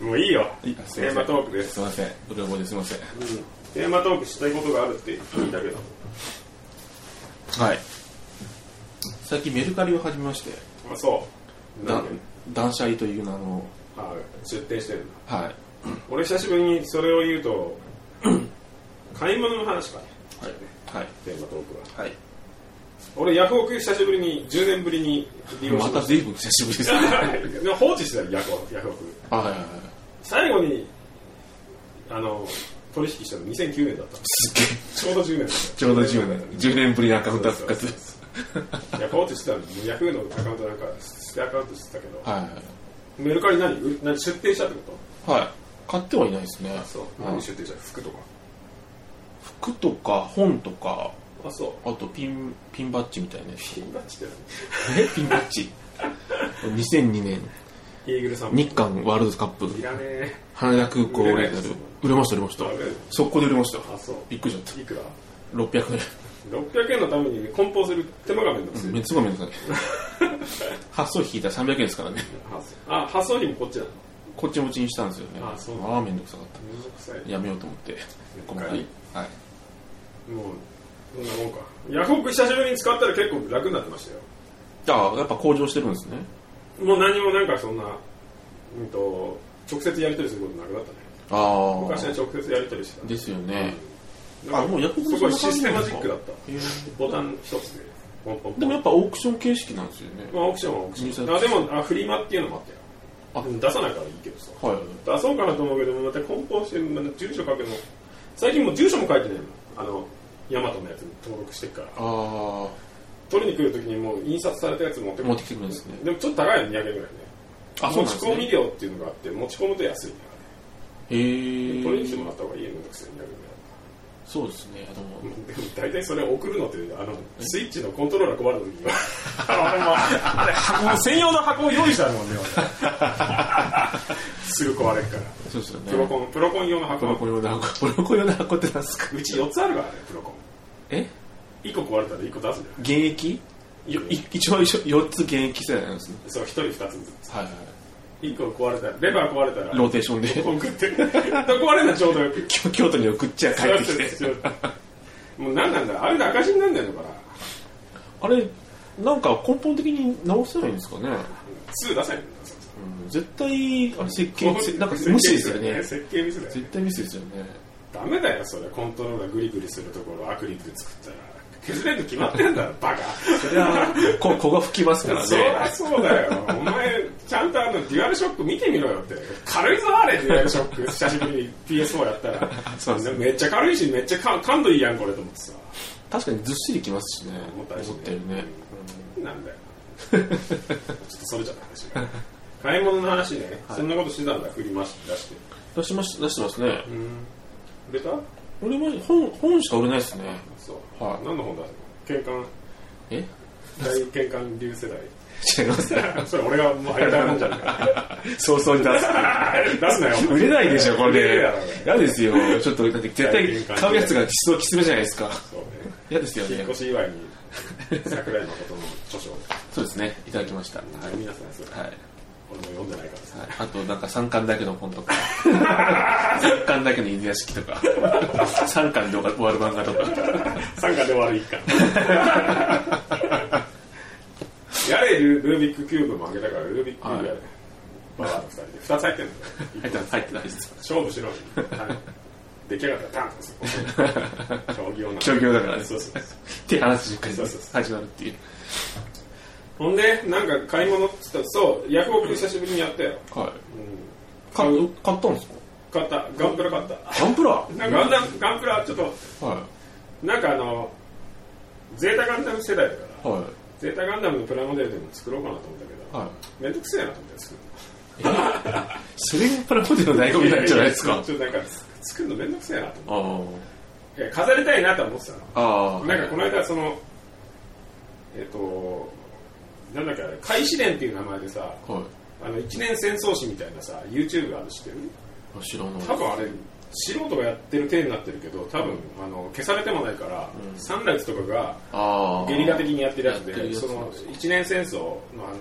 もういいよ。いテすいませーんマトークです。すいません。うろ覚えですいません。テーマトークしたいことがあるって聞いたけど。はい。最近メルカリを始めまして、あ、そう。なだんで断捨離という名の、あ出店してるんだ。はい。俺久しぶりにそれを言うと、 買い物の話かね。はい。テーマトークは。はい。俺、ヤフオク久しぶりに、10年ぶりに利用しままたし随分久しぶり ですた。ね。 でも放置してたよ、ヤフオクヤフオク。あはいはいはい。最後に、あの、取引したの2009年だった。すっげえ。ちょうど10年だっちょうど10年。10年ぶりのアカウント復活です。た。ヤフオクしてたのに、ヤフーのアカウントなんか、捨てアカウントしてたけど、はいはいメルカリ何う何出店したってこはい。はい。買ってはいないですね。とは何い出店した服とか。服とか本とか、あ、そう。あとピン、ピンバッジみたいなやつピンバッジって何えピンバッジ2002年イーグルさん日韓ワールドカップいらねえ羽田空港オリジナル売れました売れましたあ売れる速攻で売れましたあそうびっくりしちゃっいくらた600円600円のために梱包する手間がめんどくさい、めっちゃごめんなさい発送費引いたら300円ですからね発送あ発送費もこっちなのこっち持ちにしたんですよねあそうああめんどくさかっめんどくさたやめようと思って今回はいはいいもうそんなもんかヤフオク久しぶりに使ったら結構楽になってましたよああやっぱ向上してるんですねもう何もなんかそんな、うん、と直接やり取りすることなくなったねあ昔はあ直接やり取りしてたですよねなあんかもうヤフオクすごいシステマジックだったへーボタン一つでポンポンでポンもやっぱオークション形式なんですよねまあ、オークションはオークション。入あでもあ、フリマっていうのもあったあよ。うん出さないからいいけどさ。はい出そうかなと思うけど、また梱包して、また住所書くの。最近もう住所も書いてないの。あの、ヤマトのやつに登録してるから。あ取りに来るときにもう印刷されたやつ持ってあく持ってきてくるんですねでもちょっと高いの200円ぐらいね。あそうな持ちんです込みね料っていうのがあって、持ち込むと安いからへね。取りに来てもらーった方がいいよ、めんどくせえ200円ぐらい。そうですねあでもでも 大体それ送るのってあのスイッチのコントローラー壊れた時にあのあれ箱専用の箱を用意したもんね俺 すぐ壊れるからそうですよねプロコンプロコン用のプロコ箱ン用の箱プロコン用の箱って何ですかうち4つあるからねプロコンえ1個壊れたら1個出すじ現役ゃんよい一応一緒4つ現役世代なんですねそう1人2つずつはいはい1個壊れたらレバー壊れたらローテーションで送って壊れるのちょうどよく京京都に送っちゃ帰ってきてもう何なんだあれで赤字になんないのかなあれなんか根本的に直せないんですかね、 2出せないのかなうん、絶対あれ設計なんか無視ですよね設計ミスだよね絶対ミスですよねダメだよそれコントローラーグリグリするところをアクリルで作ったら削れるの決まってんだろバカいやこ 子が吹きますからそりゃねそうだよ お前ちゃんとあのデュアルショック見てみろよって軽いぞあれデュアルショック久しぶりに PS4 やったらそうですねめっちゃ軽いしめっちゃか感度いいやんこれと思ってさ確かにずっしりきますしね思重たいしねったよねなんだよちょっとそれじゃった話が買い物の話ね、そんなことしてたんだ振りまし出して出しまし出してますねうん売れた俺も本本しか売れないですねそう、はい何の本だ玄関え大玄関流世代違いますね それ俺がもう入りたいもん じゃない早々に出す出すなよ売れないでしょこ売れるやれろ嫌ですよちょっとだって絶対買うやつが質をきつめじゃないですかそうね嫌ですよ引ねっ越し祝いに桜井誠の著書をそうですねいただきましたはい読みなさいそれ俺も読んでないからさはいあとなんか3巻だけの本と か3巻だけの犬屋敷とか3巻で終わる漫画とか参加で終わる一 巻やれルルービックキューブもあげたからルービックキューブやれ、はババアの2人で2つ入ってんの入ってます入ってないです勝負しろはい出来上がったらパンとす る競技用な競技用だからねそうそうそうっていう話がそうそうそ始まるっていうほんでなんか買い物っつったらそうヤフオク久しぶりにやったよ、はうんい買う買ったんですか買ったガンプラ買ったガンプラはなんかあんなガンプラちょっといはなんかあのゼータガンダム世代だからいゼータガンダムのプラモデルでも作ろうかなと思ったけど、はいめんどくせえなと思って作るそれがプラモデルの醍醐味なんじゃないですいやかちょっとなんか作るのめんどくせえなと思あーっていや飾りたいなと思ってたのあーなんかこの間そのえっ、となんだっけあれ開始連っていう名前でさはいあの一年戦争史みたいなさ YouTube ある知ってるあ知らない多分あれ素人がやってる体になってるけど多分あの消されてもないから、サンライズとかがああゲリラ的にやってるやつやってるでやつその一年戦争の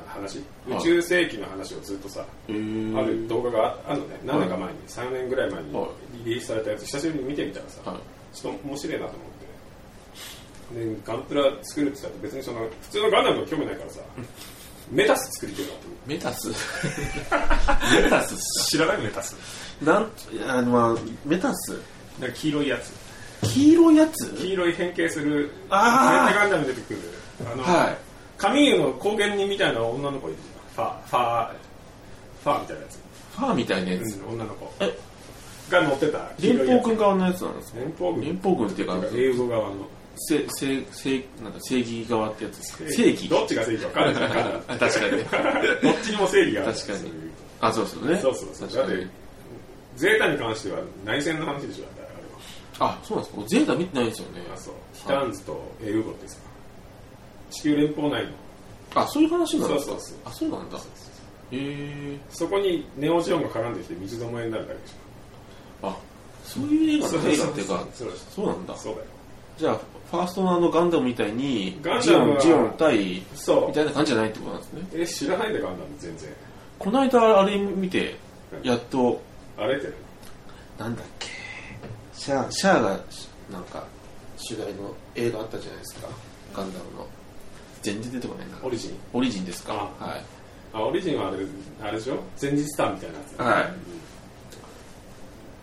話はい宇宙世紀の話をずっとさへーある動画がああるのね何年か前に3年ぐらい前にはいリリースされたやつ久しぶりに見てみたらさはいちょっと面白いなと思ってでガンプラ作るって言ったら別にその普通のガンダムは興味ないからさメタス作りてるなと思ってメ タスメタス知らないメタスなんあのまあメタスなんか黄色いやつ黄色いやつ黄色い変形するあーメタガンダム出てくるあの、はいカミーユの高原にみたいな女の子いるじゃんファーファーファーみたいなやつ、ファーみたいなやつうん女の子えが乗ってた連邦軍軍側のやつなんですね連邦軍連邦軍っていうか英語側のせせせなんか正義側ってやつですか正義どっちが正義か分かんないから 確かに どっちにも正義がある確かにあそうですよねそうそうそうだっ確かにてゼータに関しては内戦の話でしょだってあれはあそうなんですかゼータ見てないんですよねあそうヒターンズとエウゴってさ地球連邦内のあそういう話なんですかそうそうそうあそうなんだへえそこにネオジオンが絡んできて水どもえになるだけでしょあそういう映画そうの映画っていうかそうそそううなんだそうだよじゃあファーストのあのガンダムみたいにガンジダムオンはジオン対そみうたいな感じじゃないってことなんですねえ知らないんだガンダム全然この間あれ見てやっとあれってなんだっけシャアシャアがなんか主題の映画あったじゃないですかガンダムの全然出てこないなオリジンオリジンですかあはいあオリジンはあれあれでしょ前日譚みたいなやつはい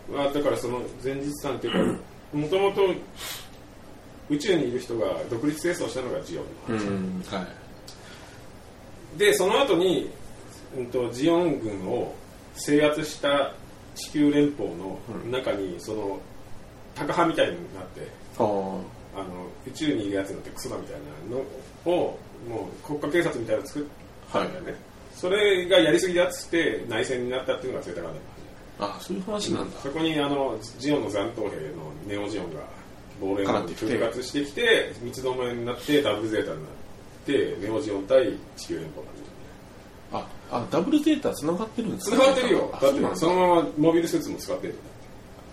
うんまあ、だからその前日譚っていうか もともと宇宙にいる人が独立戦争したのがジオンの話、うんはいでその後に、うん、とジオン軍を制圧した地球連邦の中に、そのタカ派みたいになってあーあの宇宙にいるやつなんてクソだみたいなのをもう国家警察みたいなの作ったんだよね、それがやりすぎだっつって内戦になったっていうのがセータガンダムあそういう話なんだそこにあのジオンの残党兵のネオジオンが亡霊絡んにできて復活してきて三つどもえになってダブルゼータになってネオジオン対地球連邦なんだよねああダブルデータ繋がってるんですつかながってるよあだそっうなんてだそのままモビルスーツも使ってるんだ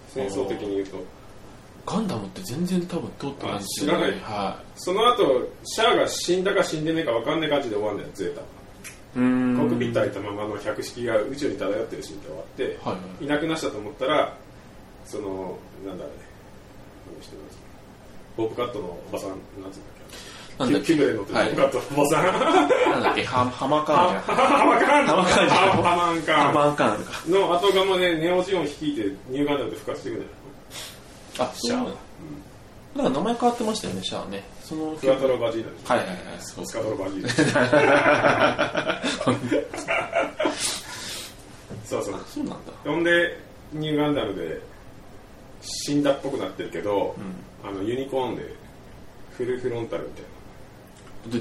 戦争的に言うとガンダムって全然多分通ってないですあ知らないはその後シャアが死んだか死んでねえか分かんない感じで終わるんだよゼータいうんコックピット入ったままの百式が宇宙に漂ってるシーンで終わって、、はいなくなったと思ったらそのなんだろうねこの人なんつうのボブカットのおばさんなんつうんなだっんだっけけキュキュブレ乗ってはいるボブカットのおば さんなんだっけハハマカーンじゃんハマカンハマカンじゃんハハマンハカマカーンかンの後釜でネオジオン率いてニューガンダムで復活してくるんだよあシャアだから名前変わってましたよねシャアねそのクアトロバジーナでしょはいはいはいそうスカトロバジーナ そうそうそうなんだほんでニューガンダムで死んだっぽくなってるけど、あのユニコーンでフルフロンタルみたい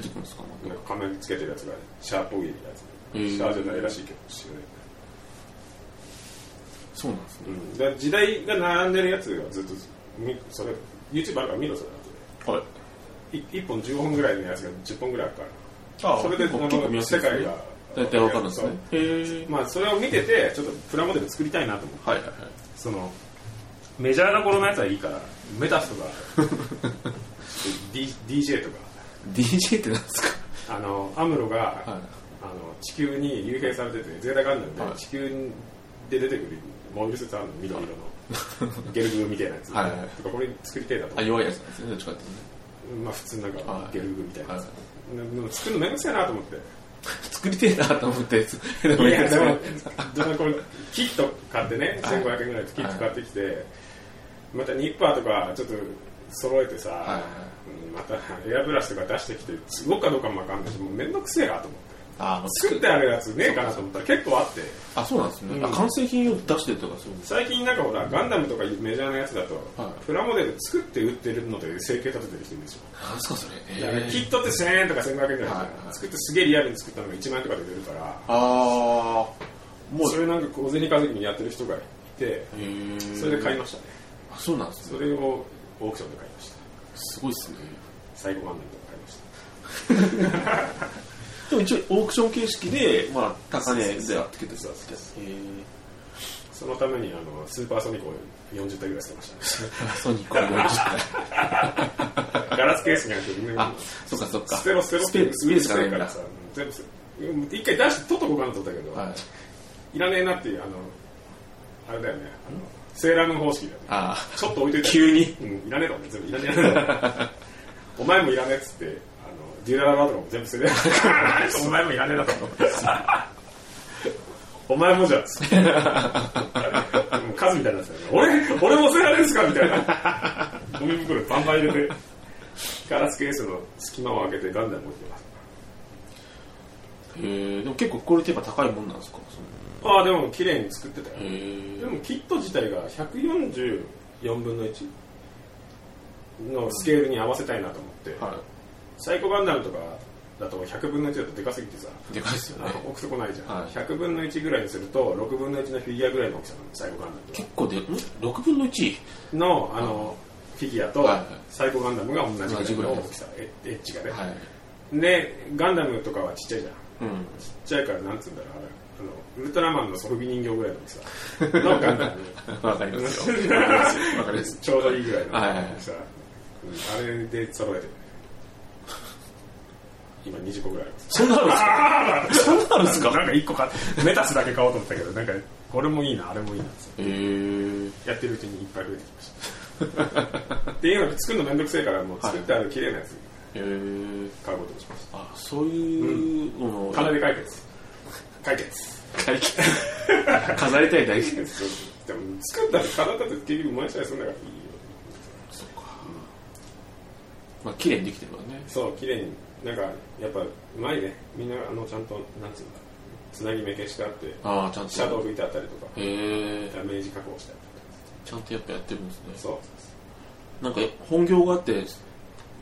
出てくるんですかななんか仮面つけてるやつがシャーポギーみたいなやつ、へーシャーじゃないらしいけど知そうなんですねらない、うん、だから時代が並んでるやつがずっとみそれ YouTube あるから見ろそれはい1本15本ぐらいのやつが10本ぐらいあるからあそれで結構あ結構見のやす世いです界ねが大体わかるんですねへえまあ、それを見ててちょっとプラモデル作りたいなと思ってはいはいはいそのメジャーな頃のやつはいいからメタスとか D DJ とか DJ ってなんですかあのアムロが、あいの地球に幽閉されててゼータガンダムで、はい地球で出てくるモビルスーツあるの緑色のゲルグーみたいなやつはいはいはいとかこれ作りたいだとあ思って弱いやつなんですねどっちかっていうまあ普通なんはかいゲルグーみたいなやつ、はでも作るのめんどくさいなと思ってと作りてえなと思ってでいもいいやですでもね、どのこれキット買ってね、はい1500円ぐらいのキット買ってきて、またニッパーとかちょっと揃えてはいさ、うんまたエアブラシとか出してきて、動くかどうかもわかんないし、もうめんどくせえなと思って。あもう作ってあるやつねえかなと思ったら結構あって、あそうなんですね、うんあ完成品を出してるとかそういう最近なんかほら、ガンダムとかメジャーなやつだとはい、プラモデル作って売ってるので成形立ててる人いるでしょ。なんですかそれだからキえットって1000円とか1500円ぐらいじはゃないはいい作ってすげえリアルに作ったのが1万円とかで売れるから、ああもうそれなんか小銭稼ぎにやってる人がいて、へーそれで買いましたねあそうなんですそねれをオークションで買いましたすごいですね最後万年で買いましたでも一応オークション形式で、まあ、高値ではつけてたんですけどへそのためにあのスーパーソニックを40体ぐらい捨てましー ソニックはごめんなさいたねガラスケースになくてねあそっかそっか捨てろ捨てろスペーススペースがないかかららさ全部捨てる一回出して取っとこうかなと思ったけど、はいい、らねえなっていうあのあれだよねあのセーラームーン方式だよねああちょっと置いといて急にうん、いらねえだもんね全部いらねえなお前もいらねえっつってあのデュララバトルも全部捨てて お前もいらねえだと思って お前もじゃっつってもうカズみたいになってたよね俺俺も捨てられるんですかみたいなゴミ袋バンバン入れてガラスケースの隙間を開けてガンダム置いてますへーでも結構クオリティが高いもんなんですかそああでも綺麗に作ってたよ、のへーでもキット自体が144分の1のスケールに合わせたいなと思って、はサイコガンダムとかだと100分の1だとでかすぎてさいでかいですよあねの置くとこないじゃん、はい100分の1ぐらいにすると6分の1のフィギュアぐらいの大きさなのサイコガンダムとか結構でん6分の1のあのフィギュアとはいはいサイコガンダムが同じぐらいの大きさエッエッジがね、はいでガンダムとかはちっちゃいじゃんちうんっちゃいからなんつうんだろうあれあのウルトラマンのソフビ人形ぐらいの大 きさのガンダム わかりますよわかりますちょうどいいぐらいのはいはい大きさあれで揃えて今20個ぐらいありますそんなのあああそんなるんすかなんか1個買ってレタスだけ買おうと思ったけどなんかこれもいいなあれもいいなるんですやってるうちにいっぱい増えてきましたっていうのが作るのめんどくせえからもう作ってある綺麗なやつへえー、買うことにしましたあそういうのも、金で解決解決解決飾りたいだ けでも作ったら金だって結局燃やしたりするんだからいいよまあ綺麗にできてるわねそう綺麗になんかやっぱうまいねみんなあのちゃんとなんつうんだつなぎ目消してあってああちゃんとシャドウ拭いてあったりとかへえダメージ加工してあったりちゃんとやっぱやってるんですねとかそうなんか本業があって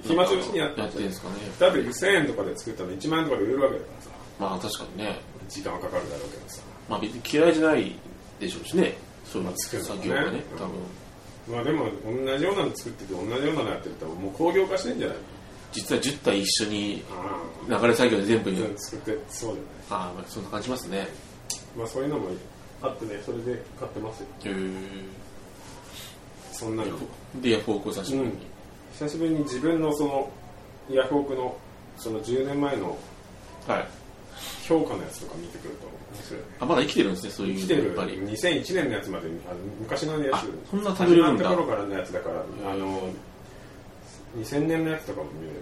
暇つぶしにやってやってるんですかねだって1000円とかで作ったの1万円とかで売れるわけだからさまあ確かにね時間はかかるだろうけどさまあ別に嫌いじゃないでしょうしねそういう作るのね作業がね多分うんまあでも同じようなの作ってて同じようなのやってるともう工業化してんじゃないの実は10体一緒にあ流れ作業で全部あに作ってそうじゃないああまあそんな感じしますねまあそういうのもあってねそれで買ってますよへえそんなのでヤフオクを差し込みに久しぶりに自分のそのヤフオクのその10年前のはい評価のやつとか見てくると面白いねあまだ生きてるんですねそういう生きてるやっぱり2001年のやつまであの昔のやあつそんな食べ始れるまんっただ頃からのやつだからあの2000年のやつとかも見れるよ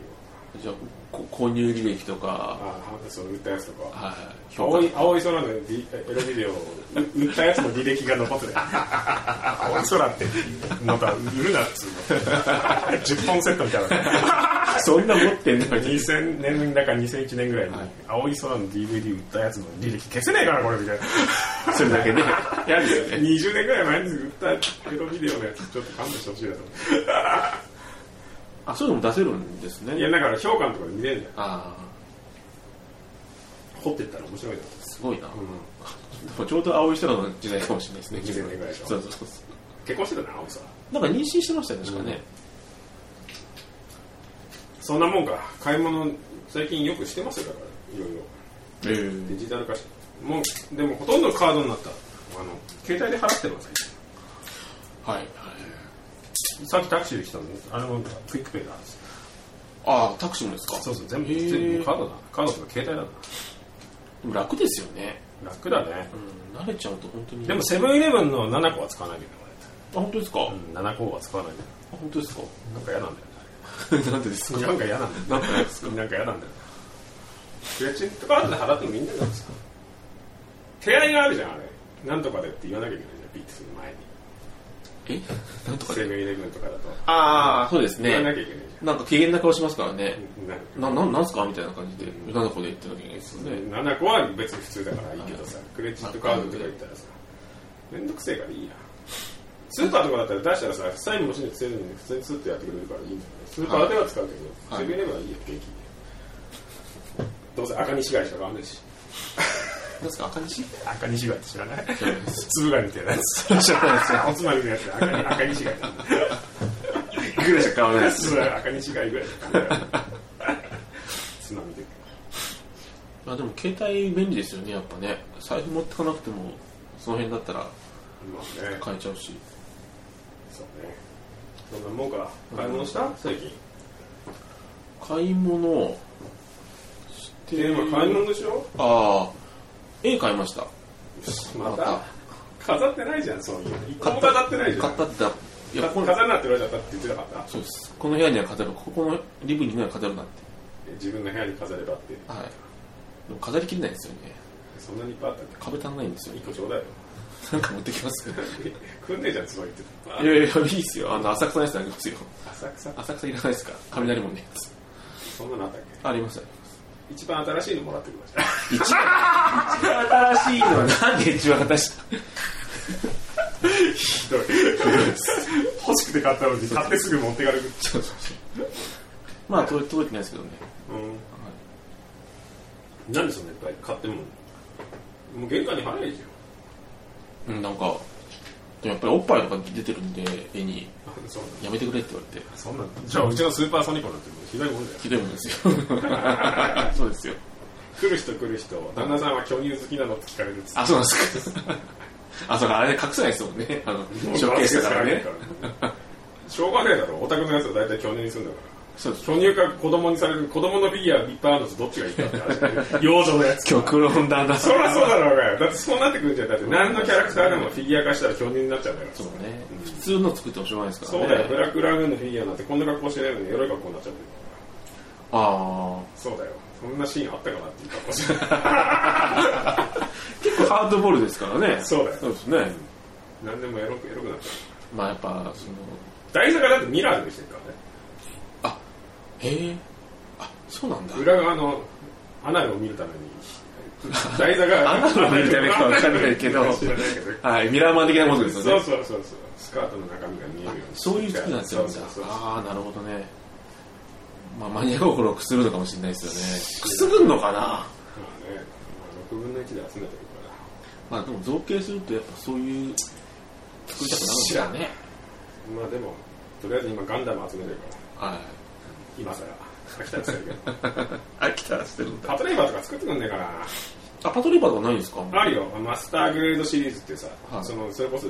じゃあこ購入履歴とかああその売ったやつとかはい評価青い 青い空のディエロビデオをう売ったやつの履歴が残ってる青い空ってまた売るなっつうの 10本セットみたいなそんな持ってんだ2000年だか2001年ぐらいにはい青い空の DVD 売ったやつの履歴消せないからこれみたいなそれだけね やるよね20年ぐらい前に売ったエロビデオのやつちょっと勘弁してほしいなと思ってあそういうのも出せるんですねいやだから評価のところで見れるじゃんあ掘ってったら面白いなあすごいな、でもちょうど青い人らの時代かもしれないですね20年ぐらいでしょそうそうそう結婚してたな青い空なんか妊娠してましたよね確かね、そんなもんか買い物最近よくしてますよだからいろいろええデジタル化しもうでもほとんどカードになったあの携帯で払ってますはいはいさっきタクシーで来たのあのクイックペイだああタクシーもですかそうそう全部へー全部カードだカードとか携帯だでも楽ですよね、な楽だねうん、慣れちゃうと本当にでもセブンイレブンの7個は使わないけあ本当ですか、ど、うん、7個は使わないけあ本当ですか どなんか嫌なんだよなんでですねかなんか嫌なんだよねなんか嫌なんだよねクレジットカードで払ってもいいんだけどさ手合いがあるじゃんあれなんとかでって言わなきゃいけないじゃんピッてする前にえなんとかセブンイレブンとかだとああそうです言わなねきゃいけないなんか機嫌な顔しますからね、じゃんなななんすかみたいな感じで女の子で言ってなきゃいけないですよね、 7個は別に普通だからいいけどさクレジットカードとか言ったらさめんどくせえからいいやスーパーとかだったら出したらさサインもしないくせに普通にスッとやってくれるからいいんだよねスーパーでは使うけどはいセブンイレブンはいいや元気にどうせ赤西貝しか買わないしなんですか赤西赤西貝って知らない知らないです粒貝みたいなやつ知らないですおつまみのやつで赤に赤西貝だぐらいしか買わないです粒貝赤西貝ぐらいしか買わないつまみで あでも携帯便利ですよねやっぱね財布持ってかなくてもその辺だったらまあね買えちゃうしそうねそんなもんか買い物した最近買い物してで今買い物でしょああ絵買いましたまた飾ってないじゃんそういう一個も飾ってないじゃん買ったってだいやかこの飾るなって言われちゃったって言ってなかったそうですこの部屋には飾るここのリビングには飾るなって自分の部屋に飾ればってはいでも飾りきれないですよねそんなにいっぱいあったっ壁足んないんですよけ一個ちょうだいよなんか持ってきますくんねえじゃんそう言っていやいやいいっすよあの浅草のやつありますよ浅草浅草いらないですか雷門のやつそんなのあったっありましたけ一番新しいのもらってください一番新しいのはなんで一番新しいひどい欲しくて買ったのに買ってすぐ持ってかれるそうそうそうまあ届届いてないですけどねうんなんでそんないっぱい買ってももう玄関に貼ればいいじゃんうんなんかでもやっぱりおっぱいとか出てるんで絵にあそうなんだやめてくれって言われてそんなんだじゃあうちのスーパーソニコなんてもうひどいもんだよひどいもんですよ そうですよ来る人来る人旦那さんは巨乳好きなのって聞かれるっつってあそうなん ですかあそうかあれ隠せないですもんねあのもうショーケースだからねガラスですからねしょうがねえだろオタクのやつは大体去年にするんだからそうです巨乳か子供にされる子供のフィギュアいっぱいあるのとどっちがいいかって話幼女のやつ極論だなそりゃそうだろうがよだってそうなってくるんじゃんだって何のキャラクターでもフィギュア化したら巨乳になっちゃうんだからそうね、普通の作ってもしょうがないですかそうらねだよブラックラグーンのフィギュアなんてこんな格好してないのにエロい格好になっちゃってるあそうだよそんなシーンあったかなっていう格 好してあ結構ハードボールですからねそうだよそうですね何でもエロくエロくなっちゃうまあやっぱその台座がだってミラーで見せてるからねへえあそうなんだ裏側の穴を見るために台座が穴を見るためかわかんないけど知らないけどはいミラーマン的なものですよねそうそうそうそうスカートの中身が見えるようにそういう作りなんですよそうそうそうああなるほどねまあマニア心をくすぐるのかもしれないですよねくすぐんのかなまあね、まあ、6分の1で集めてるからまあでも造形するとやっぱそういう作りたくなるんだよねまあでもとりあえず今ガンダム集めてるからはい今さら飽きたりするけ ど飽きたらしてるんパトレーバーとか作ってくんねえかあパトリーバーとかないんですかなあるよマスターグレードシリーズってさ、はいそのそれこそ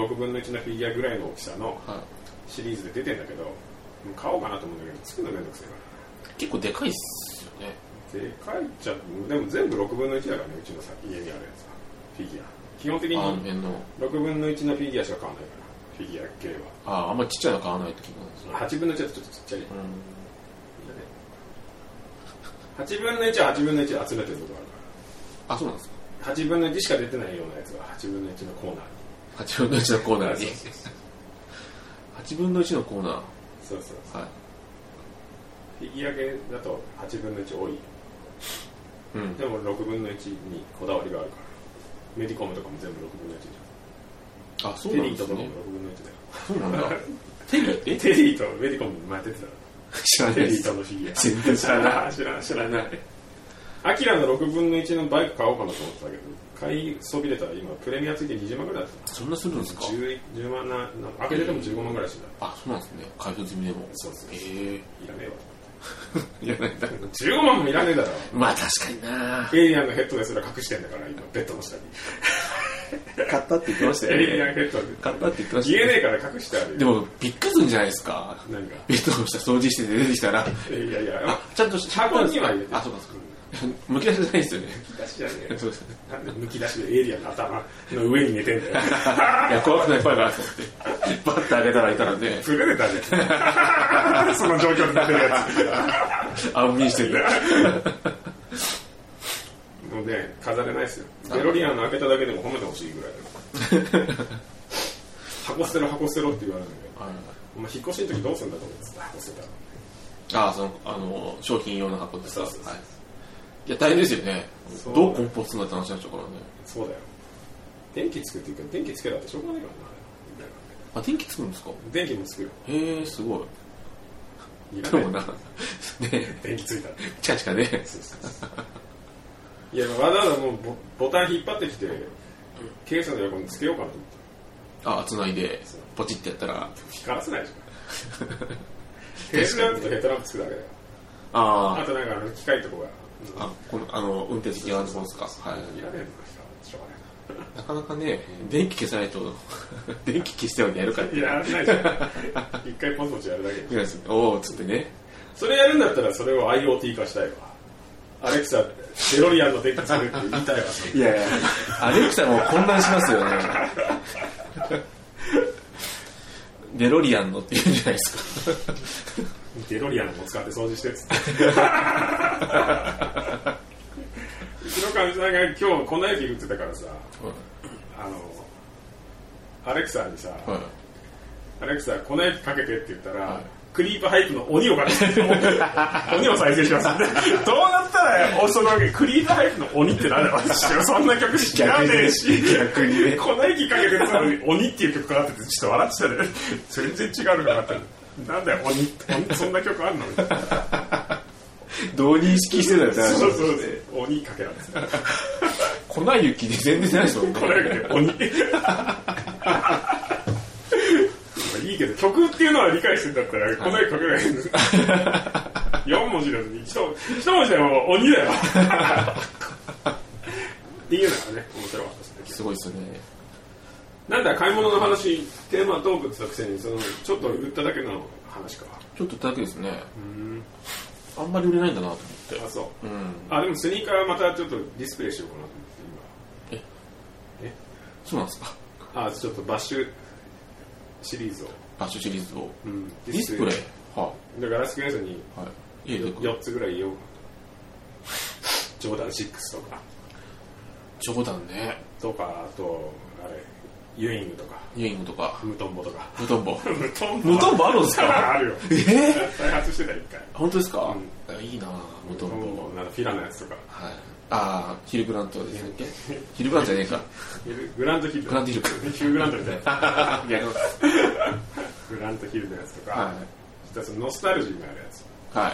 6分の1のフィギュアぐらいの大きさのはシリーズで出てんだけどもう買おうかなと思うんだけど作るのめんどくせえかい結構でかいっすよねらでかいっちゃでも全部6分の1だからねうちのさ家にあるやつはフィギュア基本的あにの辺の6分の1のフィギュアしか買わないからフィギュア系あああんまちっちゃいの買わないってことなんですねは8分の1だとちょっとちっちゃいうん8分の1は8分の1集めてることがあるかあそうなんですから8分の1しか出てないようなやつは8分の1のコーナーに8分の1のコーナーにそうそう8分の1のコーナーそうそうそはいうフィギュア系だと8分の1多いうんでも6分の1にこだわりがあるからメディコムとかも全部6分の1じあそゃんうテなリんーでとすかもね6分の1そうなだよんだテリーえテリーとメディコム前出てたの知らないテでリーすとのフィギュア全 然知らない知らない知知ららないないアキラの6分の1のバイク買おうかなと思ってたけど買いそびれたら今プレミアついて20万ぐらいだったそんなするんですか 10, 10万なな開けてでも15万ぐらいしてたあそうなんですね開票済みでもそうそうえいらねえわえいやなんだ15万もいらねえだろまあ確かになエイリアンのヘッドですら隠してんだから今ベッドの下に買ったって言ってましたエイリアンヘッドで買ったって言ってました言えねねえから隠してあるよでもびっくりするんじゃないですか何がベッドの下掃除してて出てきたらいやいやあちゃんと箱には入れてあそうかそうかむき出しじゃないですよねむき出しじゃねえよそうですなんでむき出しでエイリアンの頭の上に寝てんだ よいや怖くない怖いなと思ってバッてあげたらいたらねプレデターじゃん その状況になってるや安眠して るつもうね飾れないですよデロリアンの開けただけでも褒めてほしいぐらいだよ 箱捨てろ箱捨てろって言われるんだけどお前引っ越しの時どうすんだと思ってた箱捨てたらああそのあの商品用の箱ですそうそうそうはい、いや大変ですよねそうどう梱包するんだって話なんでしょうからね、そうだよ電気つけっていうか電気つけたってしょうがないからなみたいなあ電気つくんですか電気もつくよへえすごいいらでないもなね電気ついたらチカチカねそうそうそういやわざわざもうボボタン引っ張ってきてケースの横につけようかなと思っあつないでポチってやったらて光らせないじゃんケースランプとヘッドランプつくだけだよああとなんかあの機械とこがああこのあの運転席側のとこですかはいいらねえのかしょうがないなかなかね電気消さないと 電気消してはやるからいらないじゃん一回ポチポチやるだけでいやおおっつってねそれやるんだったらそれを IoT 化したいわアレクサデロリアンの電気つくって言いたいわいやいやアレクサも混乱します よねデロリアンのって言うんじゃないですかデロリアンも使って掃除してっ つってうちのかみさんが今日こんな駅打ってたからさあのアレクサにさ、はいアレクサこの駅かけてって言ったら、はいクリープハイプの鬼をかけ て鬼を再生しますってどうなったらおそのわけクリープハイプの鬼ってなんだよ私そんな曲知らねえし逆にねこの駅かけてたのに鬼っていう曲かかっててちょっと笑ってたね全然違うのかなってなんだよ鬼って鬼そんな曲あんのみたいなどう認識してたやつそうそうそう鬼かけられてた粉雪で全然ないですもんねこれ鬼まあいいけど曲っていうのは理解してんだったらこの絵書けないんです4文字なのに一文一文字でも鬼だよっていうのがね面白かったですねすごいですよねなんだ、買い物の話、テーマトークって言ったくせに、その、ちょっと売っただけの話か。ちょっとだけですねあんまり売れないんだなと思ってあ、そう。うんあ、でもスニーカーまたちょっとディスプレイしようかなと思って、そうなんですか今。あ、ちょっとバッシュシリーズを。バッシュシリーズをうん、ディスプレイはだからガラスケースにい、はい、入れていく4つぐらい用ジョーダン6とか、冗談ねとか、あと、あれ、ユイングとか、ユイングとかムトンボとか。ムトンボムトンムトンボあるんですかあるよ。えー、再発してた、一回。本当ですか、いいなムトンボもうなんかフィラのやつとかはいああヒルグラントでしたっけ ヒルグラントじゃねえかグランドヒルグラントヒルクヒルグランドみたいなやりますグランドヒルのやつとか、はそしたらそのノスタルジーのあるやついはい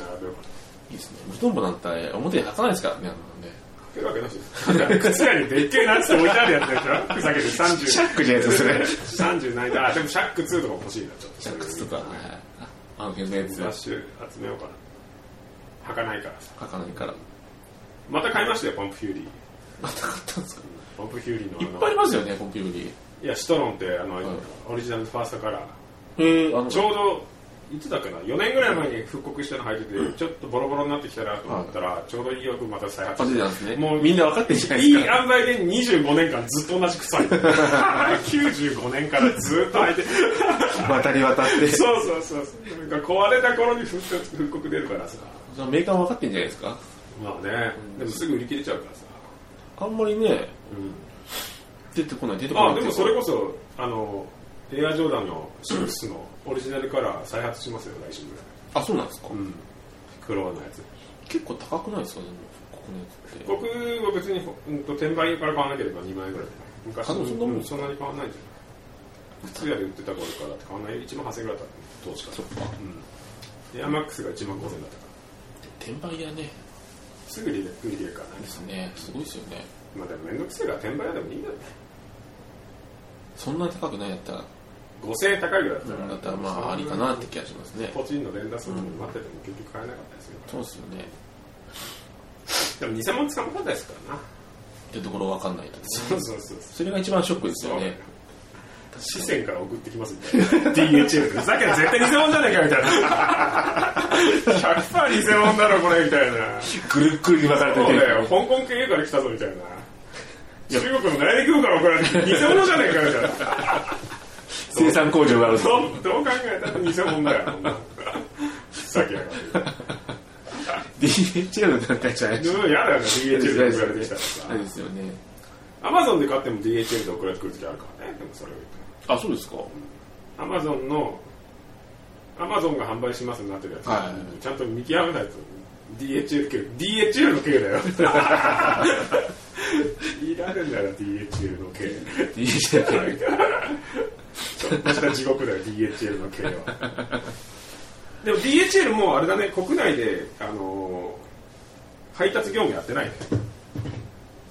並べようかいいですねムトンボなんて表に立たないですからねあんなのねなかけるわけなしです靴屋にでっけえなって置いてあるやつでしょふざけて30クじゃないですね30ないあでもシャック2とか欲しいなちょっとシャックスとか、はい、あの辺のやつ雑誌集めようかな履かないからさ書かないからまた買いましたよポンプフューリーまた買ったんですかポンプフューリーいっのあのぱいありますよねコンピューリいやシトロンってあの、いオリジナルファーストカラーへえあのちょうど、いつだっけな、4年ぐらい前に復刻したの入ってて、ちょっとボロボロになってきたなと思ったら、ちょうどいいよくまた再発感しじてなんですねもうみんな分かってんじゃないいいで塩すか梅で25年間ずっと同じ 臭い。95年からずっと履いて、渡り渡ってじそうそうそうそう。なんか壊れた頃に復刻復刻出るからさ。ゃあメーカーも分かってんじゃないですかまあね、でもすぐ売り切れちゃうからさ。あんまりねうん出てこない出てこないあ、でもそれこそそ、あの、エアジョーダンのシックスのオリジナルカラー再発しますよ、来週ぐらい。あそうなんですか、うん。黒のやつ。結構高くないですかでもここのやつって僕は別に、うん、と転売から買わなければ2万円ぐらい昔あでもそんなもんうそんなに買わんないんじゃない靴屋で売ってた頃からだって買わない1万8000円ぐらいだった当時からそっかうんエアマックスが1万5000円だったか転売屋ねらすぐリレ売り切れるからねですねすごいですよねまあでも面倒くせえから転売屋でもいいんだよねそんなに高くないやったら5000円高いぐらいだったから、だったらまあありかなって気がしますねポチンの連打するのに待ってても結局買えなかったですよ、そうですよねでも偽物使わなかったですからなってところ分かんないとねそうそうそうそれが一番ショックですよね四川から送ってきますみたいな DHL ふざけんな絶対偽物じゃねえかみたいな100%偽物だろこれみたいなそぐるっぐるに分かれうだよ香港系から来たぞみたいな中国の内陸部から送られて偽物じゃねえかみたいな生産工場があ るどうどう考えたら偽物だよこんなふざけやがって DHL の団体じゃ ないうんやだよね DHL で送られてきたらさないですよね Amazon で買っても DHL で送られてくる時あるからねでもそれを言ってあそう ですかアマゾンのアマゾンが販売しますになってるやつ、はちゃんと見極めないと DHL 級 DHL の系だよ いらねえんだよ DHL の系 DHL だけちょっとした地獄だよ DHL の系はでも DHL もあれだね国内で、あのー配達業務やってないね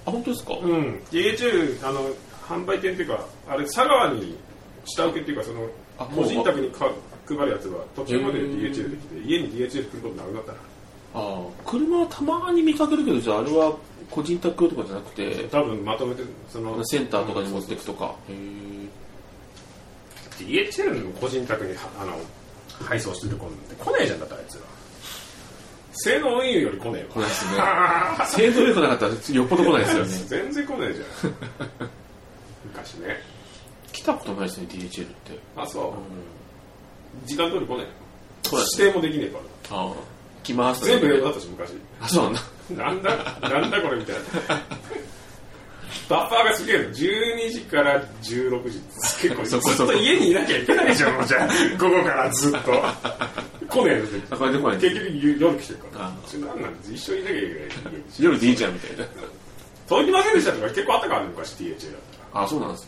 あ本当ですかうん DHL あの販売店っていうかあれ佐川に下請けっていうかそのあ個人宅にか配るやつは途中までへー DHL できて家に DHL 来ることなくなったなあ車はたまに見かけるけどじゃああれは個人宅とかじゃなくて多分まとめてそのセンターとかに持っていくとかへえ DHL の個人宅にはあの配送してるこんなんて来ねえじゃんだってあいつら性能運輸より来ねえ来わないですね製造力なかったらよっぽど来ないですよね全然来ねえじゃん 昔ね来たことないですね DHL ってあそう、時間通り来ねえ来ないですね指定もできねえからああ来ますとか全部英語だったし昔あそうなんだなんだ、なんだこれみたいな。バッファーがすげえの。12時から16時。結構、ずそこそっこと家にいなきゃいけないじゃん、もうじゃあ。午後からずっと。来ねえの、全あ然これで来ない結局夜来てるからあ。ちょなんなん一緒にいなきゃいけない。夜でいいじゃんみたいな届きませんでしたとか結構あったからね、昔 THA だったら。あそうなんですね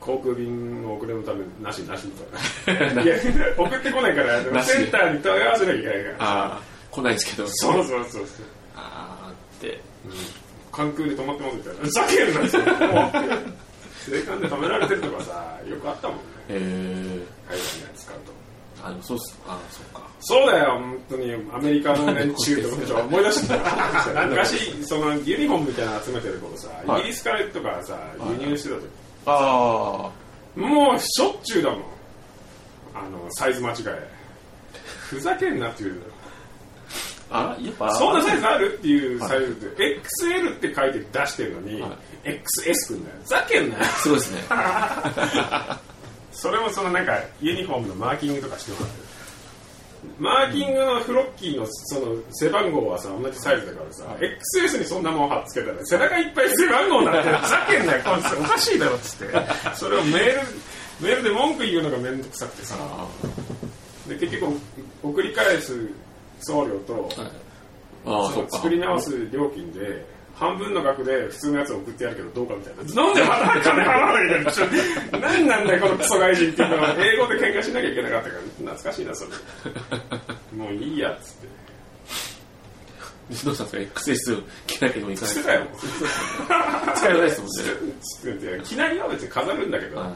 航空便の遅れのため、なしなしみた いな。いや、送ってこないから、なしセンターに問い合わせなきゃいけないから。ああ来ないですけど そうそうそうそう。ああって関空で止まってますみたいな。ふざけんなそれ、税関で止められてるとかさ、よくあったもんね。へえ海外のやつ買うと。あでもそうっすあそうかそうだよ、本当にアメリカの連中とかちょっと思い出した。昔、そのユニフォームみたいなの集めてる頃さ、はいイギリスからとかさ、輸入してた時、あもうしょっちゅうだもんあのサイズ間違えふざけんなっていうああやっぱそんなサイズあるっていうサイズって、XL って書いて出してるのに、はい XS くんだよふざけんなよすごいですねそれもそのなんかユニフォームのマーキングとかしてもらってるマーキングのフロッキーのその背番号はさ同じサイズだからさ、XS にそんなもん貼っつけたら背中いっぱい背番号になってるふざけんなよこいつおかしいだろっつってそれをメールメールで文句言うのが面倒くさくてさあで結局送り返す送料と、ーあーそそのっか作り直す料金で半分の額で普通のやつを送ってやるけどどうかみたいななんでまた金払わなきゃいけない何なんだよこのクソ外人っていうのは英語で喧嘩しなきゃいけなかったから懐かしいなそれもういいやっつってどうしたんですか XS 着なきゃでもいかない捨てたよ使いようないですも捨んてね捨てて着なりは別に飾るんだけど、はい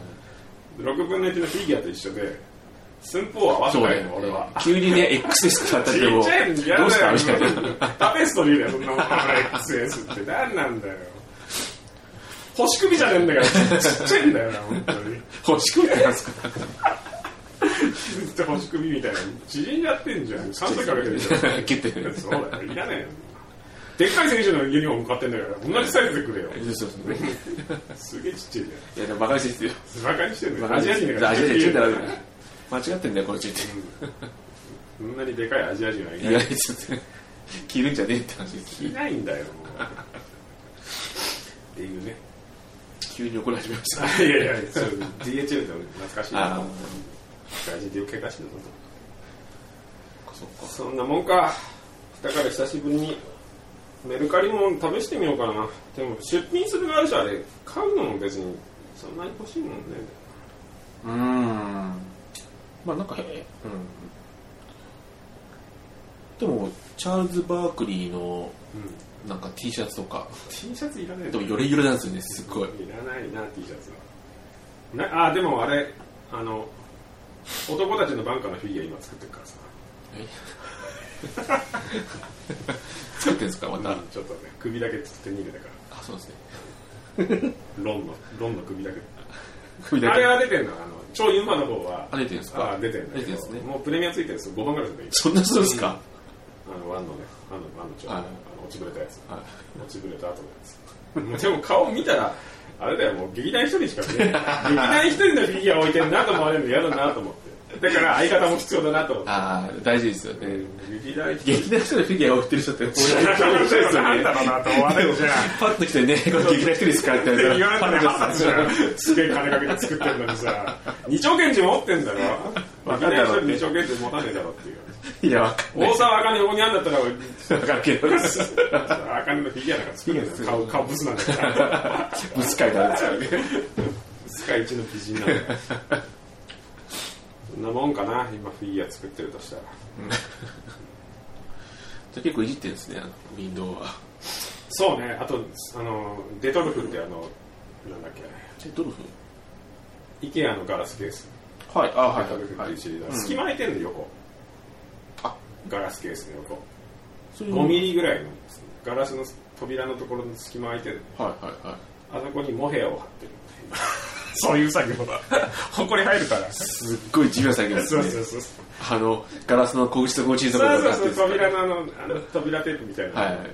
6分の1のフィギュアと一緒で寸法を合わせそうなだいよのね俺は急にね XS 買ったっちてもっちゃいのどうしたみた嫌いだなよタペストリーだよそんなもん XS って何なんだよ星組じゃねえんだからちっちゃいんだよな本当に欲しくないですかずっと星組みたいな縮んじゃってんじゃん三度かけてるじゃん切ってるそうだよいらないよでっかい選手のユニフォーム買ってんだから同じサイズでくれよそうそうそうすげえちっちゃいじいやでもバカにしてるゃんバカにしてんよだバよカにアしジア人てだるかよらアジア人言っちゃダメだよ間違ってんだよこの人ってそんなにでかいアジア人はい意ない外と着るんじゃねえって話ですいないんだよもう っていうね急に怒られました いやいや、そう DHL で俺懐かしいなあ。外人で怪我してるそっかそんなもんか。だから久しぶりにメルカリも試してみようかな。でも出品する側じゃあれ、買うのも別にそんなに欲しいもんね。うーんまあなんかへうんでもチャールズ・バークリーのうん、なんか T シャツとか T シャツいらないでもヨレヨレなんですよねすっごい いらないな、T シャツは。なあ、でもあれ、あの、男たちのバンカーのフィギュア今作ってるからさ。作ってんですかまた、うんちょっとね、首だけ作って逃げたから。あそうですねロンの、ロンの首だけ。首だあけれは出てんのあの超ユーファの方はあ出てるんですかあ出てんだけ出てるんでどすねもうプレミアついてるんですよ5万ぐらいするんだそんなそうですか、けどあのワンのねあのワンの超、はいあの落ちぶれたやつはい落ちぶれた後のやつもうでも顔見たらあれだよもう劇団一人しか見えない劇団一人のフィギュア置いてるなと思われるの嫌だなと思ってだから相方も必要だなと思ってああ大事ですよね劇団一人劇団一人のフィギュアを売ってる人って劇団一人よなんねだろうなと思われるじゃんパッと来てねこの劇団一人ですかって言われた言わられパたッらと出腹立つじゃんすげえ金かけて作ってるのにさ二丁拳銃持ってんだろわ劇かんない団一わ人二丁拳銃持たねえだろっていうすいやわかんない大沢あかね横にあんだったら俺わかるけ どあかねのフィギュアなんか作るんだよ顔顔ブスなんだからぶつかりなんですからねスカイ一の美人なんだよそんなもんかな今フィギュア作ってるとしたらじゃあ結構いじってるんですねあのウィンドウはそうねあとあのデトルフってあのなんだっけでドルフ IKEA のガラスケースはいあデトルフっていうシリーズだ隙間空いてんの横あガラスケースの横それも5ミリぐらいのガラスの扉のところの隙間空いてるはいはいはいあそこにモヘアを貼ってるそういう作業だほこり入るからすっごい地味な作業ですそうねそうそうあのガラスの小口と小口のところそうがそう使そうってるんで扉のあのあの扉テープみたいすなかはいのはをい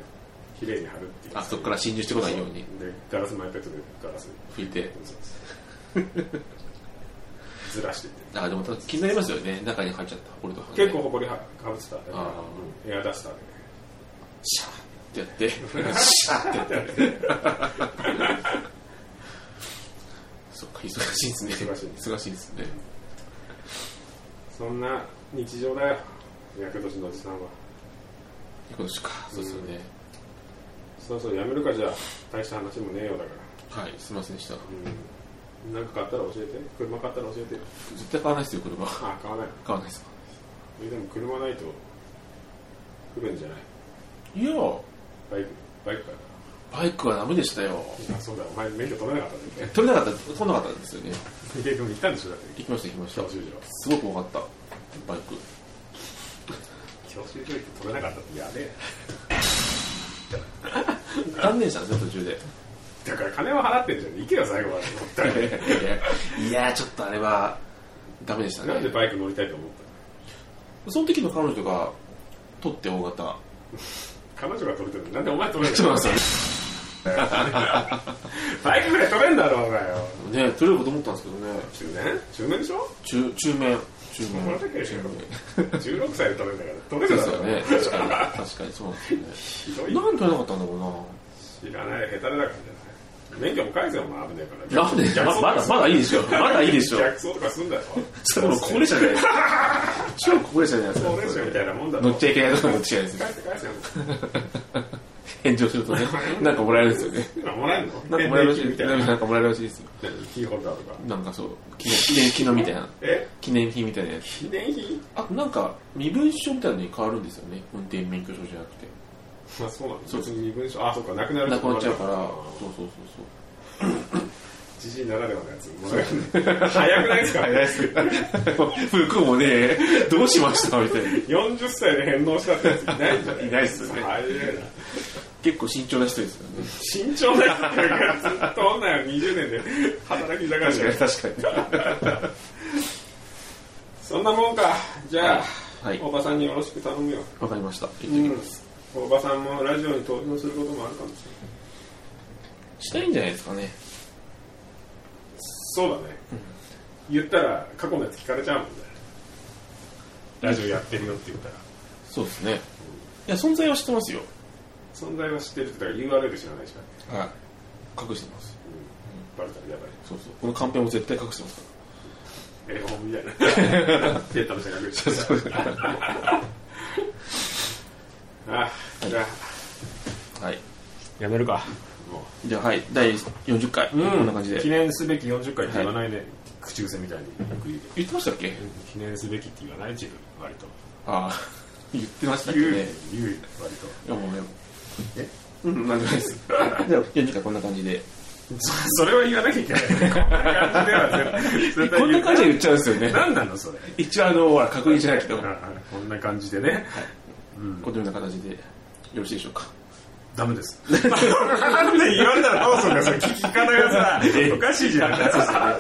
きれいに貼るっていうあそこから侵入してこないようにでガラスマイペットでガラス拭いてずらしてってあでもただ気になりますよね中に入っちゃったホコリとかね結構ほこりはかぶってただからあうんエアダスターでってやってシャーってやってそっか忙しいですね忙しい忙しいですねそんな日常だよ厄年のおじさんは結構ですかそうですよねそうそうやめるかじゃあ大した話もねえようだからはいすみませんでしたうんなんか買ったら教えて車買ったら教えてよ絶対買わないですよ車あ買わない買わないですかえでも車ないと不便じゃないいやバイクバイク買うバイクはダメでしたよあそうだお前免許取れなかったんだよね取れなかった取れなかったんですよねでも行ったんでしょだって行きました行きました教習所すごく多かったバイク教習所行って取れなかったってやべえ断念したんですよ途中でだから金は払ってんじゃん行けよ最後までもったいないいやちょっとあれはダメでしたねなんでバイク乗りたいと思っその時の彼女が取って大型たの彼女が取れてるのになんでお前取れてそるうのなんですバイクぐらい取れんだろうがよよね取れるかと思ったんですけどね中年中年でしょ中中面中これ面だけでしょ16歳で取れんだから取れそうでるだすろようね確かに確かにそうなんですひどよねいなんで取れなかったんだろう知らない下手だからじゃない免許も返せよお前危ねえかならなんでままだまだいいでしょまだいいでしょ逆走とかすんだよそれもう高齢者じゃないですか 超高齢者じゃないですか高齢者みたいなもんだろ乗っちゃいけないとこ乗っちゃいけないです返せ返せよ炎上すると ねなんかもらえるんですよね今もらえるのなんかもらえるらしいみたいななんかもらえるらしいですよキーホルダーとかなんかそう記念記念記念みたいなえ記念品みたいなやつ記念品あとなんか身分証みたいなのに変わるんですよね運転免許証じゃなくてまあそうなんです別に身分証あそうかなくなるなくなっちゃうからそうそうそうそうじじいならではのやつもらえる早くないですか 服もね、どうしましたみたいな。 40歳で返納したってやついないんじゃないいないっすよね早いな結構慎重な人ですよね。慎重な人だから ずっと女よ20年で働き盛りじゃん確かそんなもんかじゃあ、はいはいおばさんによろしく頼むよ、に。わかりました。おばさんもラジオに投票することもあるかもしれないしたいんじゃないですかね。そうだね、言ったら過去のやつ聞かれちゃうもんねラジオやってみようって言ったらそうですね。いや、存在は知ってますよ。存在は知ってるって言ったら URL 知らないしかねはい。隠してます。バレたらやばいそうそう。このカンペも絶対隠してますか絵本みたい なデータの社会学習そうそうあじゃあら。はい。やめるかもじゃあ、はい。第40回。こう、んな感じで記。念すべき40回って言わないね、口癖みたいによく言うけど言ってましたっけ記念すべきって言わない自分割とああ。 言ってましたっけ言うね。言う割といや、もうね。うん、なんでもないです。じゃあ、40回こんな感じで。そ れは言わなきゃいけないこんな感じでは絶対絶対こんな感じで言言っちゃうんですようね。何なのそれ一応、あの、ほら、確認しないけど。こんな感じでねこのような形でよろしいでしょうか。ダメですなんで言われたらどうするんだよそれ聞き方がさおかしいじゃんいや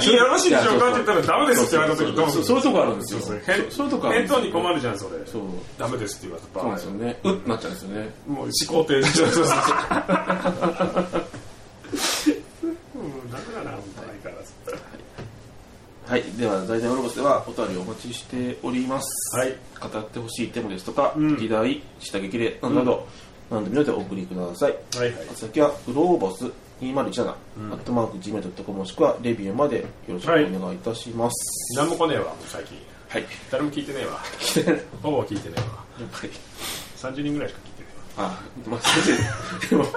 それよろしいでしょうかって言ったらダメですって言われた時どうすそるうそういうとこあるんですよ。そそううそう返そういうとこあるんで返すよ答に困るじゃんそれそう。ダメですって言われたそうなんですよね。うっなっちゃうんですよね。もう思考停止そうそう そううんダメだな本当に相変わらずはい。では、大体オロボスではお便りをお待ちしております。はい。語ってほしいテーマですとか、ん議題、下激励などなど、何でもよいのでお送りください。はいはい宛先は、グローボス2017、アットマーク Gmail.com もしくは、レビューまでよろしくお願いいたします。何も来ねえわもう最近はい。誰も聞いてねえわ来てない。ほぼ聞いてねえわやっぱり30人ぐらいしか聞いてねあ、まあ、先生、でも、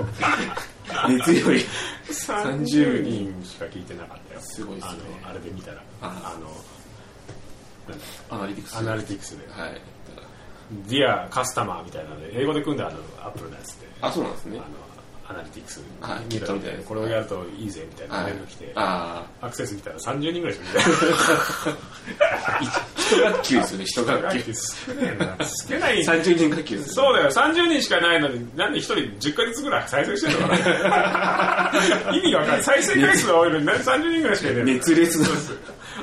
熱強い。えわ30人しか聞いてなかったよすごいっすねあのあれで見たらああのなんだアナリティクス。アナリティクスではい。 「Dear Customer」みたいなので英語で組んだあのアップルのやつであ、そうなんですね。あのアナリティクス見はいたみたいはいなこれをやるといいぜみたいなはい連絡来てあアクセス見たら30人ぐらいしか見たいあ、一学級ですよね、一学 級。少ねえな少ない30人学級ですよそうだよ30人しかないのになんで1人10ヶ月ぐらい再生してるのか な意味が分かんない再生回数が多いのになんで30人ぐらいしかいないの熱烈だそうです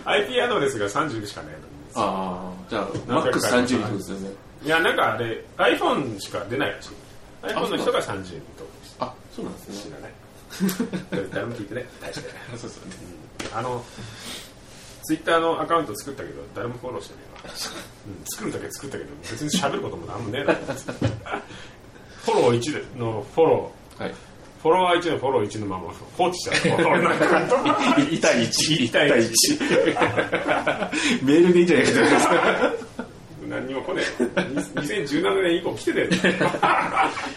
IP アドレスが30しかないのにああ、じゃあ、マッ何ク百ス回30も人ですよね。いやなんかあれ iPhone しか出ないらしい iPhone の人が30人とあ、そうなんです知ね。らない誰も聞いてね大してそうそう。あの、ツイッターのアカウント作ったけど、誰もフォローしてね えわ。うん作るだけ作ったけど、別に喋ることもなんもねえなと思って フォロー1でのフォロはい。ー、フォロワー1のフォロー1のまま放置しちゃう。俺なんか1対1。1対一 メールでいいんじゃないかと思います。何にも来ねえわ。2017年以降来てねえんだよ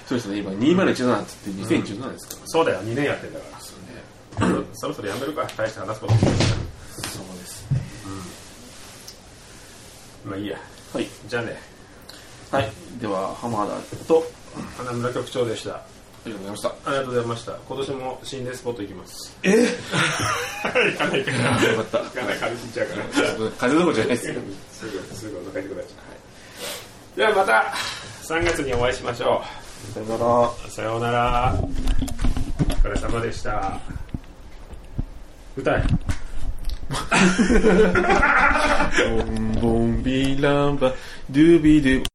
そうですね、今2017って言って2017ですか そうだよ、2年やってんだから。そろそろやめるか、大して話すこともないからら。そうですね。まあいいや。はい。じゃあね、はい。では、浜田と、花村局長でした。ありがとうござ いました。ありがとうございました。今年も心霊スポット行きます。えよ行かないから。か った。行かない、軽すぎちゃうから。風どころじゃないですよ。すぐ、すぐお腹痛くなっちゃう。ではまた、3月にお会いしましょ さよなら。う。さようなら。お疲れ様。様でした歌えボンボンビーランバ、ドゥビドゥ。